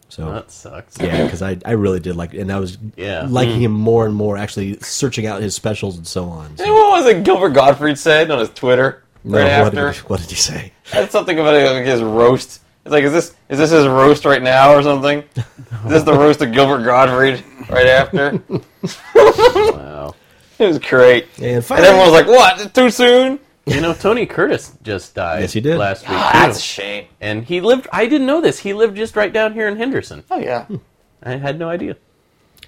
Speaker 4: So
Speaker 5: That sucks.
Speaker 4: yeah, because I, I really did like, and I was
Speaker 5: Yeah.
Speaker 2: Hmm.
Speaker 4: liking him more and more. Actually, searching out his specials and so on. So,
Speaker 2: And what was it Gilbert Gottfried said on his Twitter
Speaker 4: No,
Speaker 2: right
Speaker 4: what,
Speaker 2: after?
Speaker 4: did he, what did he say?
Speaker 2: That's something about like, his roast. It's like, is this is this his roast right now or something? Is this the roast of Gilbert Gottfried right after?
Speaker 5: Wow.
Speaker 2: it was great.
Speaker 4: And
Speaker 2: And
Speaker 4: finally,
Speaker 2: everyone was like, "What? Is it Too soon?"
Speaker 5: You know, Tony Curtis just died.
Speaker 4: Yes, he did.
Speaker 5: last week.
Speaker 2: Ah,
Speaker 5: too.
Speaker 2: that's a shame.
Speaker 5: and he lived. I didn't know this. He lived just right down here in Henderson.
Speaker 2: Oh yeah.
Speaker 5: I had no idea.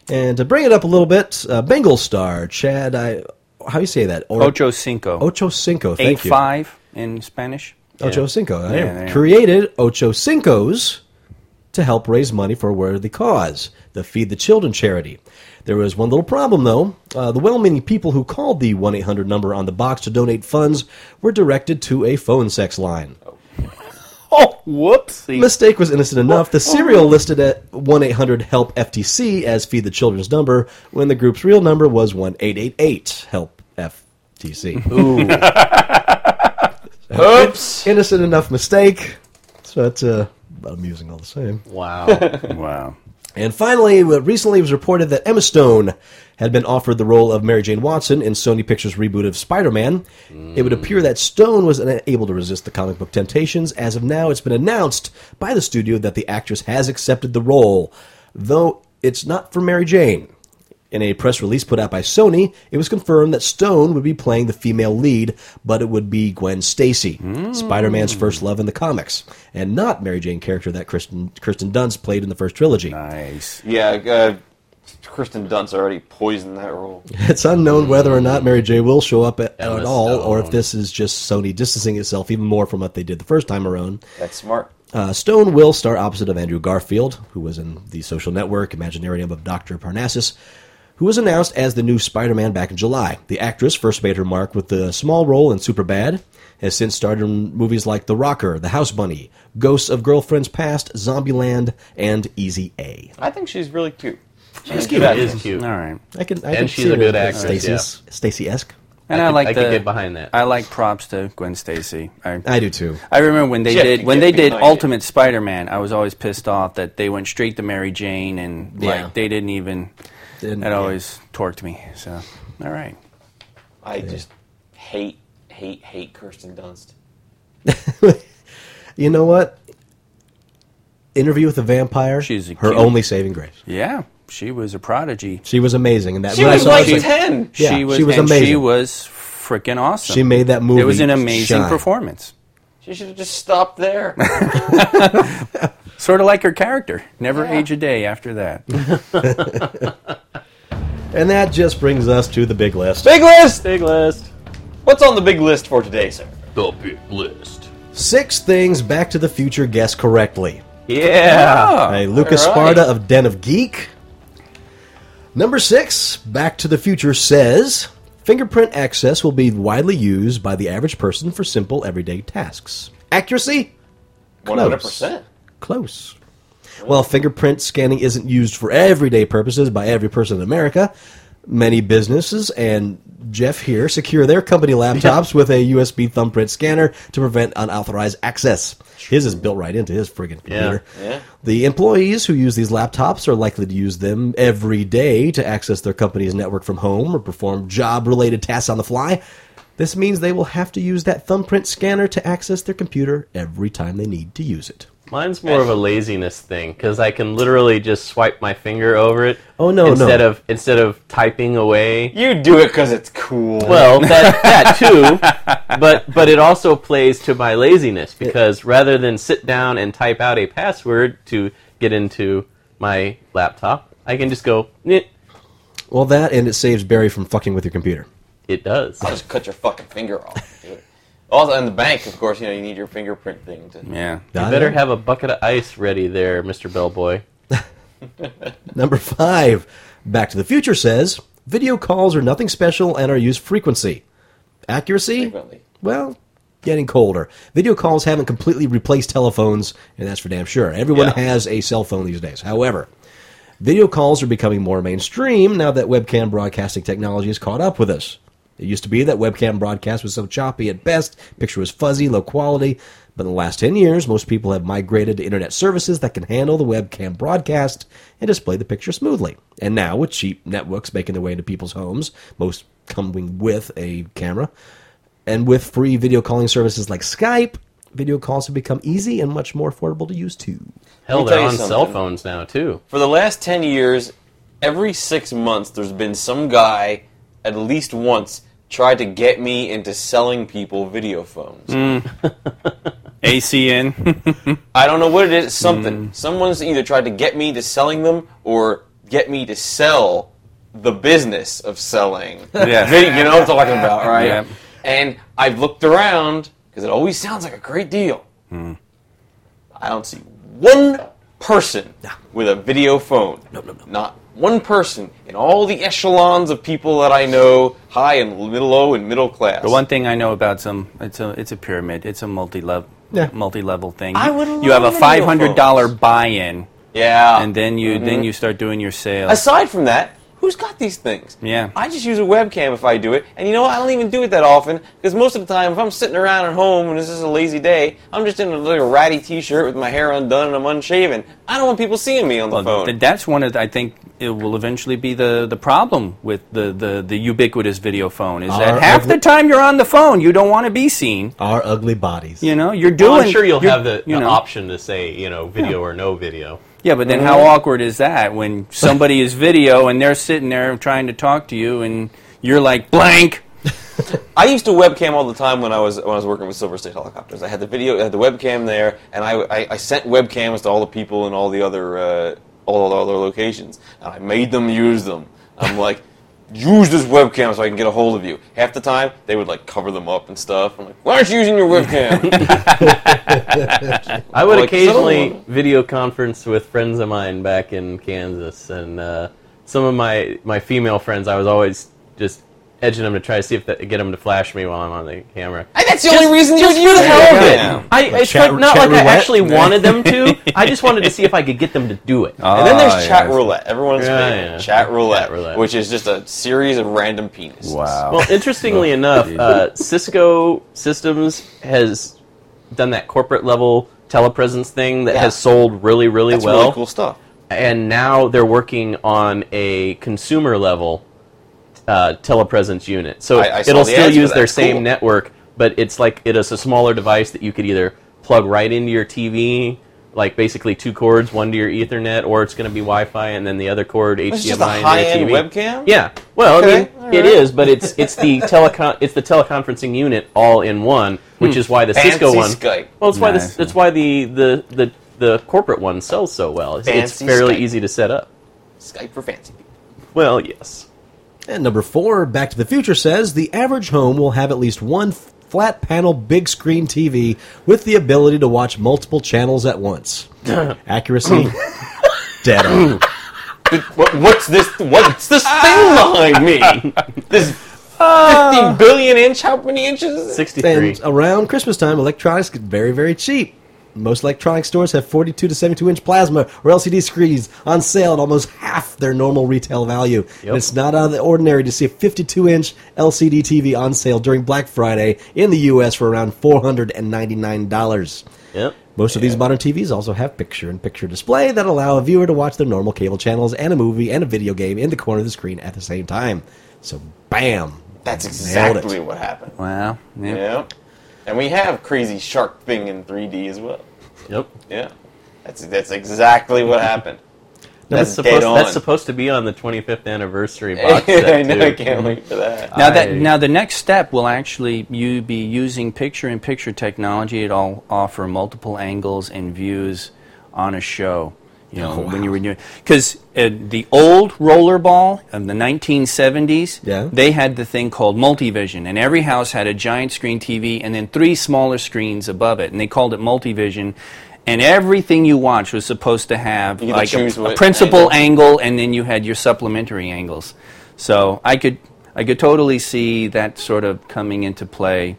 Speaker 4: And to bring it up a little bit, uh, Bengal star Chad, I how do you say that? Or-
Speaker 3: Ocho Cinco.
Speaker 4: Ocho Cinco.
Speaker 3: Eight
Speaker 4: Oh, Thank you.
Speaker 3: five in Spanish.
Speaker 4: Ocho
Speaker 5: Yeah.
Speaker 4: Cinco. I
Speaker 3: Yeah, yeah.
Speaker 4: created Ocho Cinco's to help raise money for a worthy cause, the Feed the Children charity. There was one little problem, though. Uh, the well-meaning people who called the 1-800 number on the box to donate funds were directed to a phone sex line.
Speaker 5: Oh, whoopsie. Oh.
Speaker 4: mistake was innocent enough. The serial listed at 1 800 HELP FTC as Feed the Children's number when the group's real number was 1 888 HELP FTC.
Speaker 2: Oops.
Speaker 4: innocent enough mistake. So that's uh, amusing all the same.
Speaker 5: Wow.
Speaker 3: Wow.
Speaker 4: And finally, what recently was reported that Emma Stone had been offered the role of Mary Jane Watson in Sony Pictures' reboot of Spider Man. It would appear that Stone was unable to resist the comic book temptations. As of now, it's been announced by the studio that the actress has accepted the role, though it's not for Mary Jane. In a press release put out by Sony, it was confirmed that Stone would be playing the female lead, but it would be Gwen Stacy, Spider Man's first love in the comics, and not Mary Jane character that Kristen, Kristen Dunst played in the first trilogy.
Speaker 3: Nice.
Speaker 2: Yeah, uh, Kristen Dunst already poisoned that role.
Speaker 4: It's unknown whether or not Mary J. will show up at, at
Speaker 5: Emma
Speaker 4: all, or if
Speaker 5: Stone.
Speaker 4: this is just Sony distancing itself even more from what they did the first time around.
Speaker 2: That's smart.
Speaker 4: Uh, Stone will star opposite of Andrew Garfield, who was in The Social Network, Imaginarium of Dr. Parnassus, who was announced as the new Spider Man back in July. The actress first made her mark with the small role in Superbad, has since starred in movies like The Rocker, The House Bunny, Ghosts of Girlfriends Past, Zombieland, and Easy A.
Speaker 2: I think she's really cute. She's
Speaker 5: She is cute.
Speaker 3: All right.
Speaker 4: I can, I
Speaker 5: And
Speaker 4: can
Speaker 5: she's
Speaker 4: see
Speaker 5: a
Speaker 4: it
Speaker 5: good
Speaker 4: as
Speaker 5: actress,
Speaker 4: Stacy's- Stacy-esque.
Speaker 3: And I,
Speaker 5: I could-
Speaker 3: like
Speaker 5: I
Speaker 3: the,
Speaker 5: could get behind that.
Speaker 3: I like props to Gwen Stacy. I,
Speaker 4: I do too.
Speaker 3: I remember when they
Speaker 2: Yeah,
Speaker 3: did
Speaker 2: you
Speaker 3: when
Speaker 2: can't
Speaker 3: they
Speaker 2: be
Speaker 3: did
Speaker 2: behind it.
Speaker 3: Ultimate Spider-Man. I was always pissed off that they went straight to Mary Jane and
Speaker 4: Yeah.
Speaker 3: like they didn't even.
Speaker 4: Didn't-
Speaker 3: that
Speaker 4: yeah.
Speaker 3: always torqued me. So, all right.
Speaker 2: I just hate, hate, hate Kirsten Dunst.
Speaker 4: You know what? Interview with the Vampire.
Speaker 3: She's a
Speaker 4: her
Speaker 3: cute-
Speaker 4: only saving grace.
Speaker 3: Yeah, she was a prodigy.
Speaker 4: She was amazing, and that
Speaker 2: She
Speaker 4: when I
Speaker 2: was
Speaker 4: saw her,
Speaker 2: like
Speaker 4: I was
Speaker 2: ten.
Speaker 4: Yeah,
Speaker 3: she was,
Speaker 4: she was
Speaker 3: and She
Speaker 4: amazing.
Speaker 3: was freaking awesome.
Speaker 4: She made that movie
Speaker 3: It was an amazing
Speaker 4: shine.
Speaker 3: performance.
Speaker 2: She should have just stopped there.
Speaker 3: Sort of like her character. Never age a day after that.
Speaker 4: and that just brings us to the big list.
Speaker 2: big list.
Speaker 5: Big list.
Speaker 2: What's on the big list for today, sir?
Speaker 5: The big list.
Speaker 4: Six things Back to the Future guessed correctly.
Speaker 5: Yeah.
Speaker 3: Ah,
Speaker 4: By Lucas
Speaker 2: all right.
Speaker 4: Sparta of Den of Geek. Number six, Back to the Future says fingerprint access will be widely used by the average person for simple everyday tasks. Accuracy?
Speaker 2: One hundred percent.
Speaker 4: Close. While fingerprint scanning isn't used for everyday purposes by every person in America, many businesses and Jeff here secure their company laptops with a USB thumbprint scanner to prevent unauthorized access. His is built right into his friggin' computer.
Speaker 2: Yeah.
Speaker 4: The employees who use these laptops are likely to use them every day to access their company's network from home or perform job related tasks on the fly. This means they will have to use that thumbprint scanner to access their computer every time they need to use it.
Speaker 3: Oh.
Speaker 5: Mine's more of a laziness thing because I can literally just swipe my finger over it.
Speaker 4: Oh, no, no.
Speaker 5: Instead of instead of typing away.
Speaker 2: You do it because it's cool.
Speaker 5: Well, that that too, but but it also plays to my laziness because rather than sit down and type out a password to get into my laptop, I can just go. "Nyeh."
Speaker 4: Well, that and it saves Barry from fucking with your computer.
Speaker 5: It does.
Speaker 2: I'll just cut your fucking finger off. Dude. Also, in the bank, of course, you know you need your fingerprint thing to.
Speaker 3: Yeah.
Speaker 4: I
Speaker 5: Better
Speaker 4: know.
Speaker 5: have a bucket of ice ready there, Mister Bellboy.
Speaker 4: Number five, Back to the Future says video calls are nothing special and are used frequency. Accuracy?
Speaker 2: Frequently.
Speaker 4: Well, getting colder. Video calls haven't completely replaced telephones, and that's for damn sure. Everyone
Speaker 2: Yeah.
Speaker 4: has a cell phone these days. However, video calls are becoming more mainstream now that webcam broadcasting technology has caught up with us. It used to be that webcam broadcast was so choppy at best, picture was fuzzy, low quality, but in the last 10 years, most people have migrated to internet services that can handle the webcam broadcast and display the picture smoothly. And now, with cheap networks making their way into people's homes, most coming with a camera, and with free video calling services like Skype, video calls have become easy and much more affordable to use too.
Speaker 5: Hell,
Speaker 2: Let me tell
Speaker 5: they're
Speaker 2: you
Speaker 5: on cell
Speaker 2: something.
Speaker 5: phones now too.
Speaker 2: For the last ten years, every six months, there's been some guy, at least once, tried to get me into selling people video phones.
Speaker 3: ACN.
Speaker 2: I don't know what it is. It's
Speaker 3: Mm.
Speaker 2: something. Someone's either tried to get me to selling them or get me to sell the business of selling.
Speaker 3: Yeah.
Speaker 2: Video- you know what I'm talking about, right?
Speaker 3: Yeah.
Speaker 2: And I've looked around because it always sounds like a great deal.
Speaker 3: Mm.
Speaker 2: I don't see one person with a video phone. No, no, no. Not one person in all the echelons of people that I know, high and middle, low and middle class.
Speaker 3: the one thing I know about some, it's a, it's a pyramid. It's a multi-level,
Speaker 4: Yeah.
Speaker 3: multi-level thing.
Speaker 2: I would
Speaker 3: you have a
Speaker 2: love video
Speaker 3: five hundred dollar
Speaker 2: phones.
Speaker 3: buy-in,
Speaker 2: yeah.
Speaker 3: and then you then you start doing your sales.
Speaker 2: Aside from that, who's got these things?
Speaker 3: Yeah.
Speaker 2: I just use a webcam if I do it. And you know what? I don't even do it that often because most of the time, if I'm sitting around at home and it's just a lazy day, I'm just in a little ratty t shirt with my hair undone and I'm unshaven. I don't want people seeing me on the
Speaker 3: Well,
Speaker 2: phone.
Speaker 3: th- that's one of the, I think it will eventually be the, the problem with the, the, the ubiquitous video phone is that
Speaker 4: Our
Speaker 3: half
Speaker 4: ugly-
Speaker 3: the time you're on the phone you don't want to be seen.
Speaker 4: Our ugly bodies.
Speaker 3: You know, you're doing.
Speaker 5: Well, I'm sure you'll
Speaker 3: you're-
Speaker 5: have the,
Speaker 3: you
Speaker 5: the
Speaker 3: know.
Speaker 5: option to say you know video or no video.
Speaker 3: Yeah, but then
Speaker 5: Mm-hmm.
Speaker 3: how awkward is that when somebody is video and they're sitting there trying to talk to you and you're like blank?
Speaker 2: I used to webcam all the time when I was when I was working with Silver State Helicopters. I had the video, I had the webcam there, and I, I, I sent webcams to all the people in all the other uh, all the other locations, and I made them use them. I'm like, use this webcam so I can get a hold of you. Half the time they would like cover them up and stuff. I'm like, why aren't you using your webcam?
Speaker 5: I would
Speaker 2: Like,
Speaker 5: occasionally
Speaker 2: someone-
Speaker 5: video conference with friends of mine back in Kansas, and uh, some of my, my female friends, I was always just edging them to try to see if that, get them to flash me while I'm on the camera.
Speaker 2: and that's the only reason you would use the webcam.
Speaker 5: I, it's
Speaker 4: chat-
Speaker 5: like, not
Speaker 4: chat
Speaker 5: like I
Speaker 4: roulette?
Speaker 5: actually wanted them to. I just wanted to see if I could get them to do it.
Speaker 2: And then
Speaker 3: Ah,
Speaker 2: there's chat
Speaker 3: yes.
Speaker 2: roulette. Everyone's
Speaker 5: Yeah,
Speaker 2: favorite
Speaker 5: yeah.
Speaker 2: chat roulette,
Speaker 5: Chat roulette.
Speaker 2: which is just a series of random penises.
Speaker 3: Wow.
Speaker 5: Well, interestingly enough, uh, Cisco Systems has done that corporate level telepresence thing that
Speaker 2: Yeah.
Speaker 5: has sold really, really
Speaker 2: that's
Speaker 5: well.
Speaker 2: really cool stuff.
Speaker 5: and now they're working on a consumer level uh, telepresence unit. So
Speaker 2: I- I saw
Speaker 5: it'll
Speaker 2: the
Speaker 5: still
Speaker 2: ads for
Speaker 5: use
Speaker 2: that.
Speaker 5: their
Speaker 2: Cool.
Speaker 5: same network, but it's like it is a smaller device that you could either plug right into your TV, like basically two cords, one to your Ethernet, or it's going to be Wi-Fi, and then the other cord HDMI
Speaker 2: It's just a
Speaker 5: into your
Speaker 2: high-end
Speaker 5: TV.
Speaker 2: webcam.
Speaker 5: Yeah. Well,
Speaker 2: Okay,
Speaker 5: I mean,
Speaker 2: all
Speaker 5: it
Speaker 2: right.
Speaker 5: is, but it's it's the telecon it's the teleconferencing unit all in one, which is why the Cisco
Speaker 2: Hmm. Fancy
Speaker 5: one.
Speaker 2: Skype.
Speaker 5: Well, it's why
Speaker 3: Nice.
Speaker 5: this that's why the the the the corporate one sells so well. It's, it's
Speaker 2: Fancy
Speaker 5: fairly
Speaker 2: Skype.
Speaker 5: easy to set up.
Speaker 2: Skype for fancy people.
Speaker 5: Well, yes.
Speaker 4: And number four, Back to the Future says the average home will have at least one f- flat panel big screen TV with the ability to watch multiple channels at once. Accuracy, dead on.
Speaker 2: What, what's this? What's this thing behind me? Ah. This fifty billion inch? How many inches? Is it?
Speaker 5: Sixty-three.
Speaker 4: And around Christmas time, electronics get very, very cheap. Most electronic stores have 42 to 72 inch plasma or LCD screens on sale at almost half their normal retail value. And it's not out of the ordinary to see a 52 inch LCD TV on sale during Black Friday in the U.S. for around $499.
Speaker 5: Yep.
Speaker 4: Most of these modern TVs also have picture-in-picture display that allow a viewer to watch their normal cable channels and a movie and a video game in the corner of the screen at the same time. So, bam!
Speaker 2: That's
Speaker 4: Nailed it.
Speaker 2: exactly what happened.
Speaker 3: Wow. Yeah.
Speaker 2: Yeah, and we have crazy shark thing in 3D as well.
Speaker 5: Yep.
Speaker 2: Yeah, that's that's exactly what happened.
Speaker 5: That's
Speaker 2: That's
Speaker 5: supposed,
Speaker 2: dead on.
Speaker 5: that's supposed to be on the 25th anniversary box set.
Speaker 2: I know.
Speaker 5: too.
Speaker 2: I can't wait for that.
Speaker 3: Now that
Speaker 5: I-
Speaker 3: now the next step will actually you be using picture-in-picture technology. It'll offer multiple angles and views on a show. You know when you were doing because uh, the old rollerball of the 1970s,
Speaker 4: Yeah.
Speaker 3: they had the thing called multivision, and every house had a giant screen TV and then three smaller screens above it, and they called it multivision. And everything you watched was supposed to have
Speaker 2: You get to
Speaker 3: like
Speaker 2: choose
Speaker 3: a, a
Speaker 2: what
Speaker 3: principal
Speaker 2: angle.
Speaker 3: angle and then you had your supplementary angles. So I could I could totally see that sort of coming into play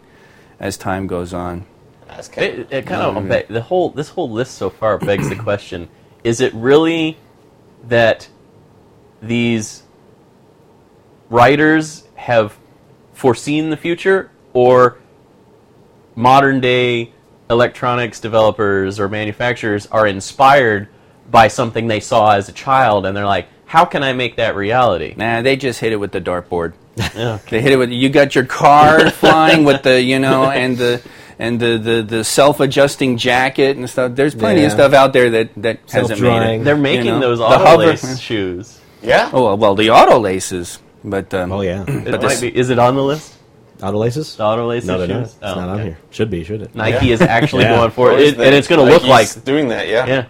Speaker 3: as time goes on.
Speaker 2: That's kind
Speaker 5: It, it kind
Speaker 4: Um,
Speaker 5: of be- the whole this whole list so far begs the question: Is it really that these writers have foreseen the future, or modern day electronics developers or manufacturers are inspired by something they saw as a child, and they're like, "How can I make that reality?"
Speaker 3: Nah, they just hit it with the dartboard.
Speaker 5: Yeah.
Speaker 3: They hit it with you got your card flying with the you know and the and the, the, the self adjusting jacket and stuff. There's plenty of
Speaker 4: Yeah.
Speaker 3: stuff out there that, that hasn't made
Speaker 4: Self-drying.
Speaker 3: it.
Speaker 5: They're making
Speaker 3: know,
Speaker 5: those
Speaker 3: the
Speaker 5: auto
Speaker 3: hover-
Speaker 5: lace shoes.
Speaker 2: yeah.
Speaker 3: Oh well, the auto laces, but um,
Speaker 4: Oh yeah,
Speaker 5: It
Speaker 3: But
Speaker 5: might
Speaker 3: this-
Speaker 5: be. Is it on the list?
Speaker 4: auto laces?
Speaker 5: The auto lace
Speaker 4: no,
Speaker 5: shoes.
Speaker 4: they're not. It's
Speaker 5: Oh,
Speaker 4: not on
Speaker 5: okay.
Speaker 4: here. Should be, should it?
Speaker 5: Nike
Speaker 2: Yeah.
Speaker 5: is actually
Speaker 4: Yeah.
Speaker 5: going for it,
Speaker 2: Always
Speaker 5: It-
Speaker 2: that
Speaker 5: and it's going to look like
Speaker 2: Nike's doing that. Yeah.
Speaker 5: yeah.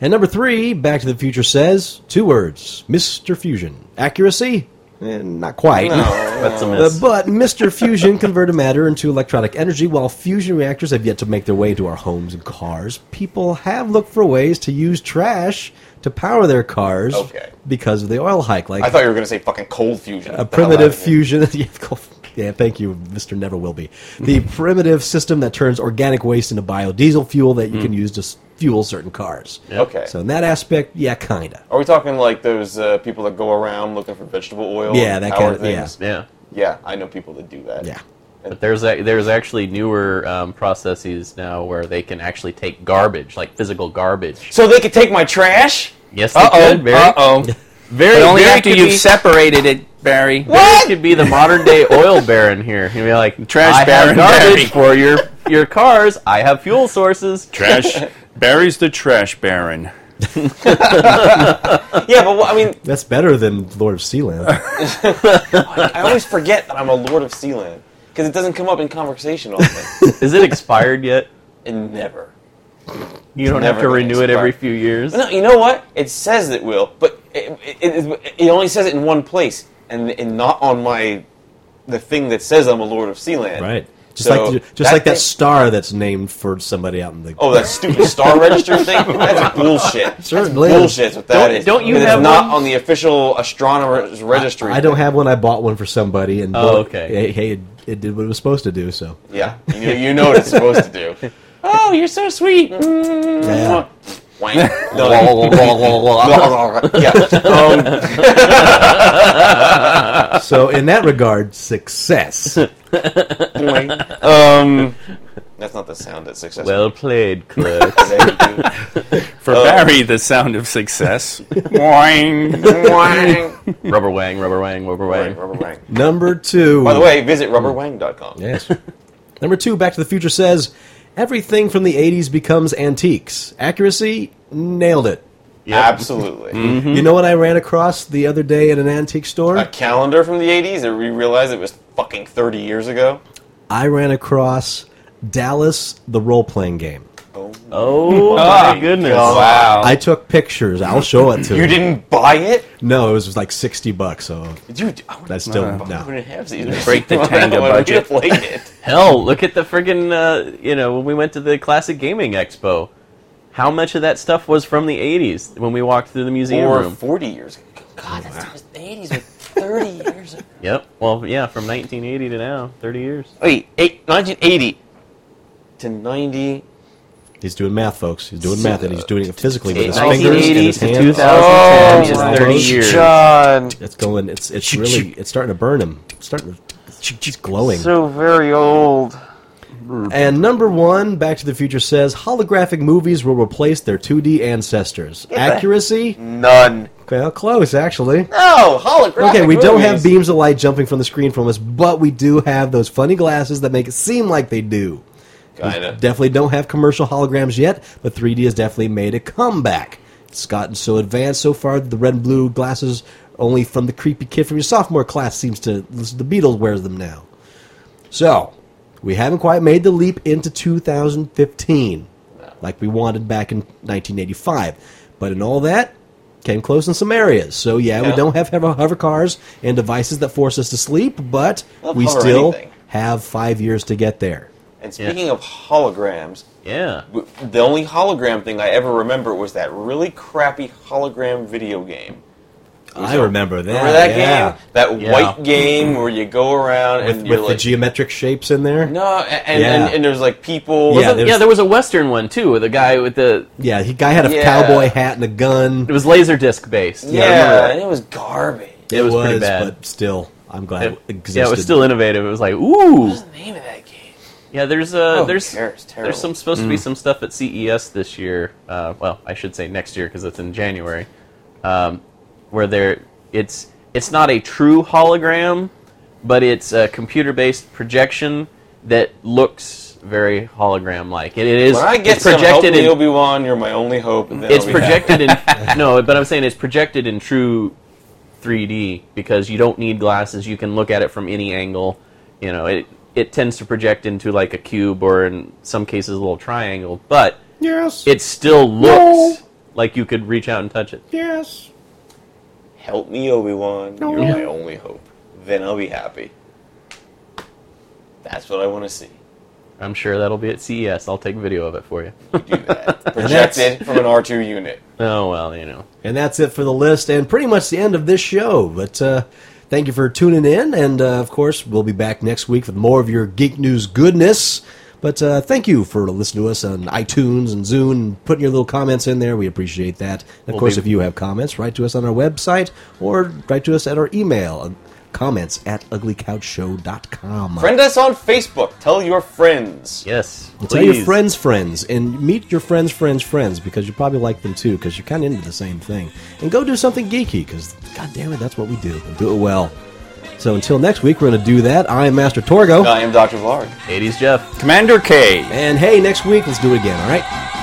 Speaker 4: And number three, Back to the Future says two words: Mr. Fusion. Accuracy? Eh, not quite.
Speaker 2: No.
Speaker 5: That's a
Speaker 4: Uh,
Speaker 5: miss.
Speaker 4: but Mr. Fusion converted matter into electronic energy. While fusion reactors have yet to make their way into our homes and cars, people have looked for ways to use trash to power their cars
Speaker 2: Okay.
Speaker 4: because of the oil hike. Like
Speaker 2: I thought you were going to say fucking cold fusion.
Speaker 4: a primitive fusion. yeah, cool. Yeah, thank you, Mr. Never Will Be. The
Speaker 2: Mm-hmm.
Speaker 4: primitive system that turns organic waste into biodiesel fuel that you can use to s- fuel certain cars.
Speaker 2: Mm-hmm. Okay.
Speaker 4: So in that aspect, yeah, kinda.
Speaker 2: Are we talking like those uh, people that go around looking for vegetable oil?
Speaker 4: Yeah,
Speaker 2: and
Speaker 4: that
Speaker 2: power
Speaker 4: kind of- yeah.
Speaker 2: things?
Speaker 5: yeah.
Speaker 2: Yeah, I know people that do that.
Speaker 4: Yeah.
Speaker 5: But there's a, there's actually newer um, processes now where they can actually take garbage, like physical garbage.
Speaker 2: So they could take my trash?
Speaker 5: Yes, they
Speaker 3: Uh
Speaker 5: could.
Speaker 3: oh,
Speaker 5: Barry.
Speaker 3: uh oh.
Speaker 5: Very.
Speaker 3: But only
Speaker 5: very
Speaker 3: after
Speaker 5: could
Speaker 3: you've
Speaker 5: be-
Speaker 3: separated it, Barry.
Speaker 5: Barry could be the modern day oil baron here. He'd be like,
Speaker 3: Trash
Speaker 5: I
Speaker 3: baron
Speaker 5: have
Speaker 3: Barry."
Speaker 5: garbage for your your cars. I have fuel sources.
Speaker 3: Trash. Barry's the trash baron.
Speaker 2: Yeah, but wh- I mean,
Speaker 4: That's better than Lord of Sealand.
Speaker 2: I always forget that I'm a Lord of Sealand because it doesn't come up in conversation often.
Speaker 5: Is it expired yet?
Speaker 2: and never.
Speaker 5: You don't have
Speaker 2: never
Speaker 5: to
Speaker 2: gonna
Speaker 5: renew it every
Speaker 2: expire.
Speaker 5: few years.
Speaker 2: No, you know what? It says it will, but it, it, it, it only says it in one place, and, and not on my the thing that says I'm a Lord of Sealand.
Speaker 4: Right. Just
Speaker 2: So
Speaker 4: like just like that
Speaker 2: thing-
Speaker 4: star that's named for somebody out in the
Speaker 2: Oh, that stupid star register thing? That's bullshit.
Speaker 4: Certainly.
Speaker 2: That's bullshit. is What that
Speaker 5: Don't-
Speaker 2: is.
Speaker 5: don't you
Speaker 2: Because
Speaker 5: have
Speaker 2: it's not
Speaker 5: one?
Speaker 2: on the official astronomer's registry?
Speaker 4: I don't have one. I bought one for somebody, and boy,
Speaker 5: Oh, okay.
Speaker 4: hey, hey, it, it did what it was supposed to do. So
Speaker 2: Yeah, you know, you know what it's supposed to do. Oh, you're so sweet.
Speaker 4: yeah,
Speaker 2: Wank. No, yeah. Um,
Speaker 4: so in that regard, success.
Speaker 2: wank. Um, that's not the sound that's successful.
Speaker 5: Well played, clerk.
Speaker 3: For Barry, the sound of success. Boing.
Speaker 2: Rubber
Speaker 5: rubber wang, rubber wang, rubber wang.
Speaker 2: Wang.
Speaker 4: Number two.
Speaker 2: By the way, visit rubberwang.com.
Speaker 4: yes. Number two. Back to the Future says everything from the '80s becomes antiques. Accuracy nailed it.
Speaker 2: Absolutely.
Speaker 4: You know what I ran across the other day in an antique store?
Speaker 2: A calendar from the 80s, and we realized it was fucking 30 years ago.
Speaker 4: I ran across Dallas, the role-playing game.
Speaker 5: Oh my goodness!
Speaker 2: Wow.
Speaker 4: Ah. I took pictures. I'll show it to
Speaker 2: you didn't buy it?
Speaker 4: No, it was like sixty bucks. So
Speaker 2: Dude, I would
Speaker 4: that's still
Speaker 2: I
Speaker 4: no.
Speaker 2: wouldn't have these.
Speaker 3: Break the Tango
Speaker 2: I would have
Speaker 3: budget.
Speaker 2: liked it.
Speaker 5: Hell, look at the friggin' uh, you know when we went to the classic gaming expo. How much of that stuff was from the '80s when we walked through the museum
Speaker 2: Or
Speaker 5: room?
Speaker 2: 40 years ago. God, that's
Speaker 6: It was the 80s, like 30 years ago.
Speaker 5: Yep. Well, yeah, from 1980 to now, 30 years.
Speaker 2: Wait, eight, 1980 to 90.
Speaker 4: He's doing math, folks. He's doing math, and he's doing it physically with his fingers and
Speaker 5: 1980
Speaker 4: his
Speaker 5: to
Speaker 4: hands. Oh,
Speaker 5: 2010 is
Speaker 4: wow.
Speaker 5: 30 years.
Speaker 2: John,
Speaker 4: It's going. It's it's really. It's starting to burn him. It's starting to. It's glowing.
Speaker 2: so very old.
Speaker 4: And number one, Back to the Future says holographic movies will replace their 2D ancestors. Accuracy?
Speaker 2: None.
Speaker 4: Well, close actually.
Speaker 2: No, holographic.
Speaker 4: Okay, we don't have
Speaker 2: movies.
Speaker 4: beams of light jumping from the screen from us, but we do have those funny glasses that make it seem like they do.
Speaker 2: Kinda.
Speaker 4: Definitely don't have commercial holograms yet, but 3D has definitely made a comeback. It's gotten so advanced so far that the red and blue glasses only from the creepy kid from your sophomore class seems to the Beatles wears them now. So, we haven't quite made the leap into 2015 like we wanted back in 1985. But in all that, came close in some areas. So yeah, we
Speaker 2: Yeah.
Speaker 4: don't have hover, hover cars and devices that force us to sleep, but
Speaker 2: Love
Speaker 4: we
Speaker 2: hover
Speaker 4: still
Speaker 2: anything.
Speaker 4: have 5 years to get there.
Speaker 2: And speaking of holograms,
Speaker 5: Yeah.
Speaker 2: w- the only hologram thing I ever remember was that really crappy hologram video game.
Speaker 4: I remember that.
Speaker 2: Remember that
Speaker 4: yeah.
Speaker 2: game? That
Speaker 5: Yeah.
Speaker 2: white game where you go around
Speaker 4: With,
Speaker 2: and
Speaker 4: with
Speaker 2: you're
Speaker 4: the
Speaker 2: like,
Speaker 4: geometric shapes in there.
Speaker 2: no, a- and,
Speaker 4: Yeah.
Speaker 2: and, and there's like people.
Speaker 4: Yeah,
Speaker 5: Yeah,
Speaker 4: there's-
Speaker 5: yeah, there was a Western one too, with a guy with the.
Speaker 4: Yeah, he guy had a
Speaker 2: Yeah.
Speaker 4: cowboy hat and a gun.
Speaker 5: It was laser disc based.
Speaker 2: yeah,
Speaker 5: I remember that.
Speaker 2: and it was garbage.
Speaker 5: it was pretty bad.
Speaker 4: but still, I'm glad it,
Speaker 5: It,
Speaker 4: existed.
Speaker 5: yeah, it was still innovative. It was like, ooh,
Speaker 2: What's the name of that game?
Speaker 5: yeah. There's uh,
Speaker 2: Oh,
Speaker 5: there's
Speaker 2: who cares? Terrible.
Speaker 5: there's some supposed to be some stuff at CES this year. Uh, well, I should say next year because it's in January, um, where there it's it's not a true hologram, but it's a computer based projection that looks very hologram like. It, it is
Speaker 2: When I get
Speaker 5: it's
Speaker 2: some help
Speaker 5: projected
Speaker 2: me,
Speaker 5: in
Speaker 2: Obi Wan, you're my only hope. and then
Speaker 5: it's
Speaker 2: I'll be happy.
Speaker 5: projected in no, but I'm saying it's projected in true 3D because you don't need glasses. You can look at it from any angle. You know, it it tends to project into like a cube or in some cases a little triangle, but
Speaker 4: yes.
Speaker 5: it still looks like you could reach out and touch it.
Speaker 4: yes.
Speaker 2: Help me, Obi Wan. You're my only hope. Then I'll be happy. That's what I want to see.
Speaker 5: I'm sure that'll be at CES. I'll take video of it for you.
Speaker 2: Do that.
Speaker 4: that's-
Speaker 2: Projected from an R2 unit.
Speaker 5: oh well, you know.
Speaker 4: And that's it for the list, and pretty much the end of this show. But uh, thank you for tuning in, and uh, of course, we'll be back next week with more of your geek news goodness. But uh, thank you for listening to us on iTunes and Zune and putting your little comments in there. We appreciate that. And of course,
Speaker 5: be-
Speaker 4: if you have comments, write to us on our website or write to us at our email uh, comments at uglycouchshow.com.
Speaker 2: Friend us on Facebook. Tell your friends.
Speaker 5: Yes. Please.
Speaker 4: Tell your friends' friends and meet your friends' friends' friends because you probably like them too because you're kind of into the same thing. And go do something geeky because, god damn it, that's what we do. And do it well. So until next week, we're going to do that. I am Master Torgo.
Speaker 2: I am Dr. Vlog.
Speaker 5: 80s Jeff.
Speaker 3: Commander K.
Speaker 4: And hey, next week, let's do it again, all right?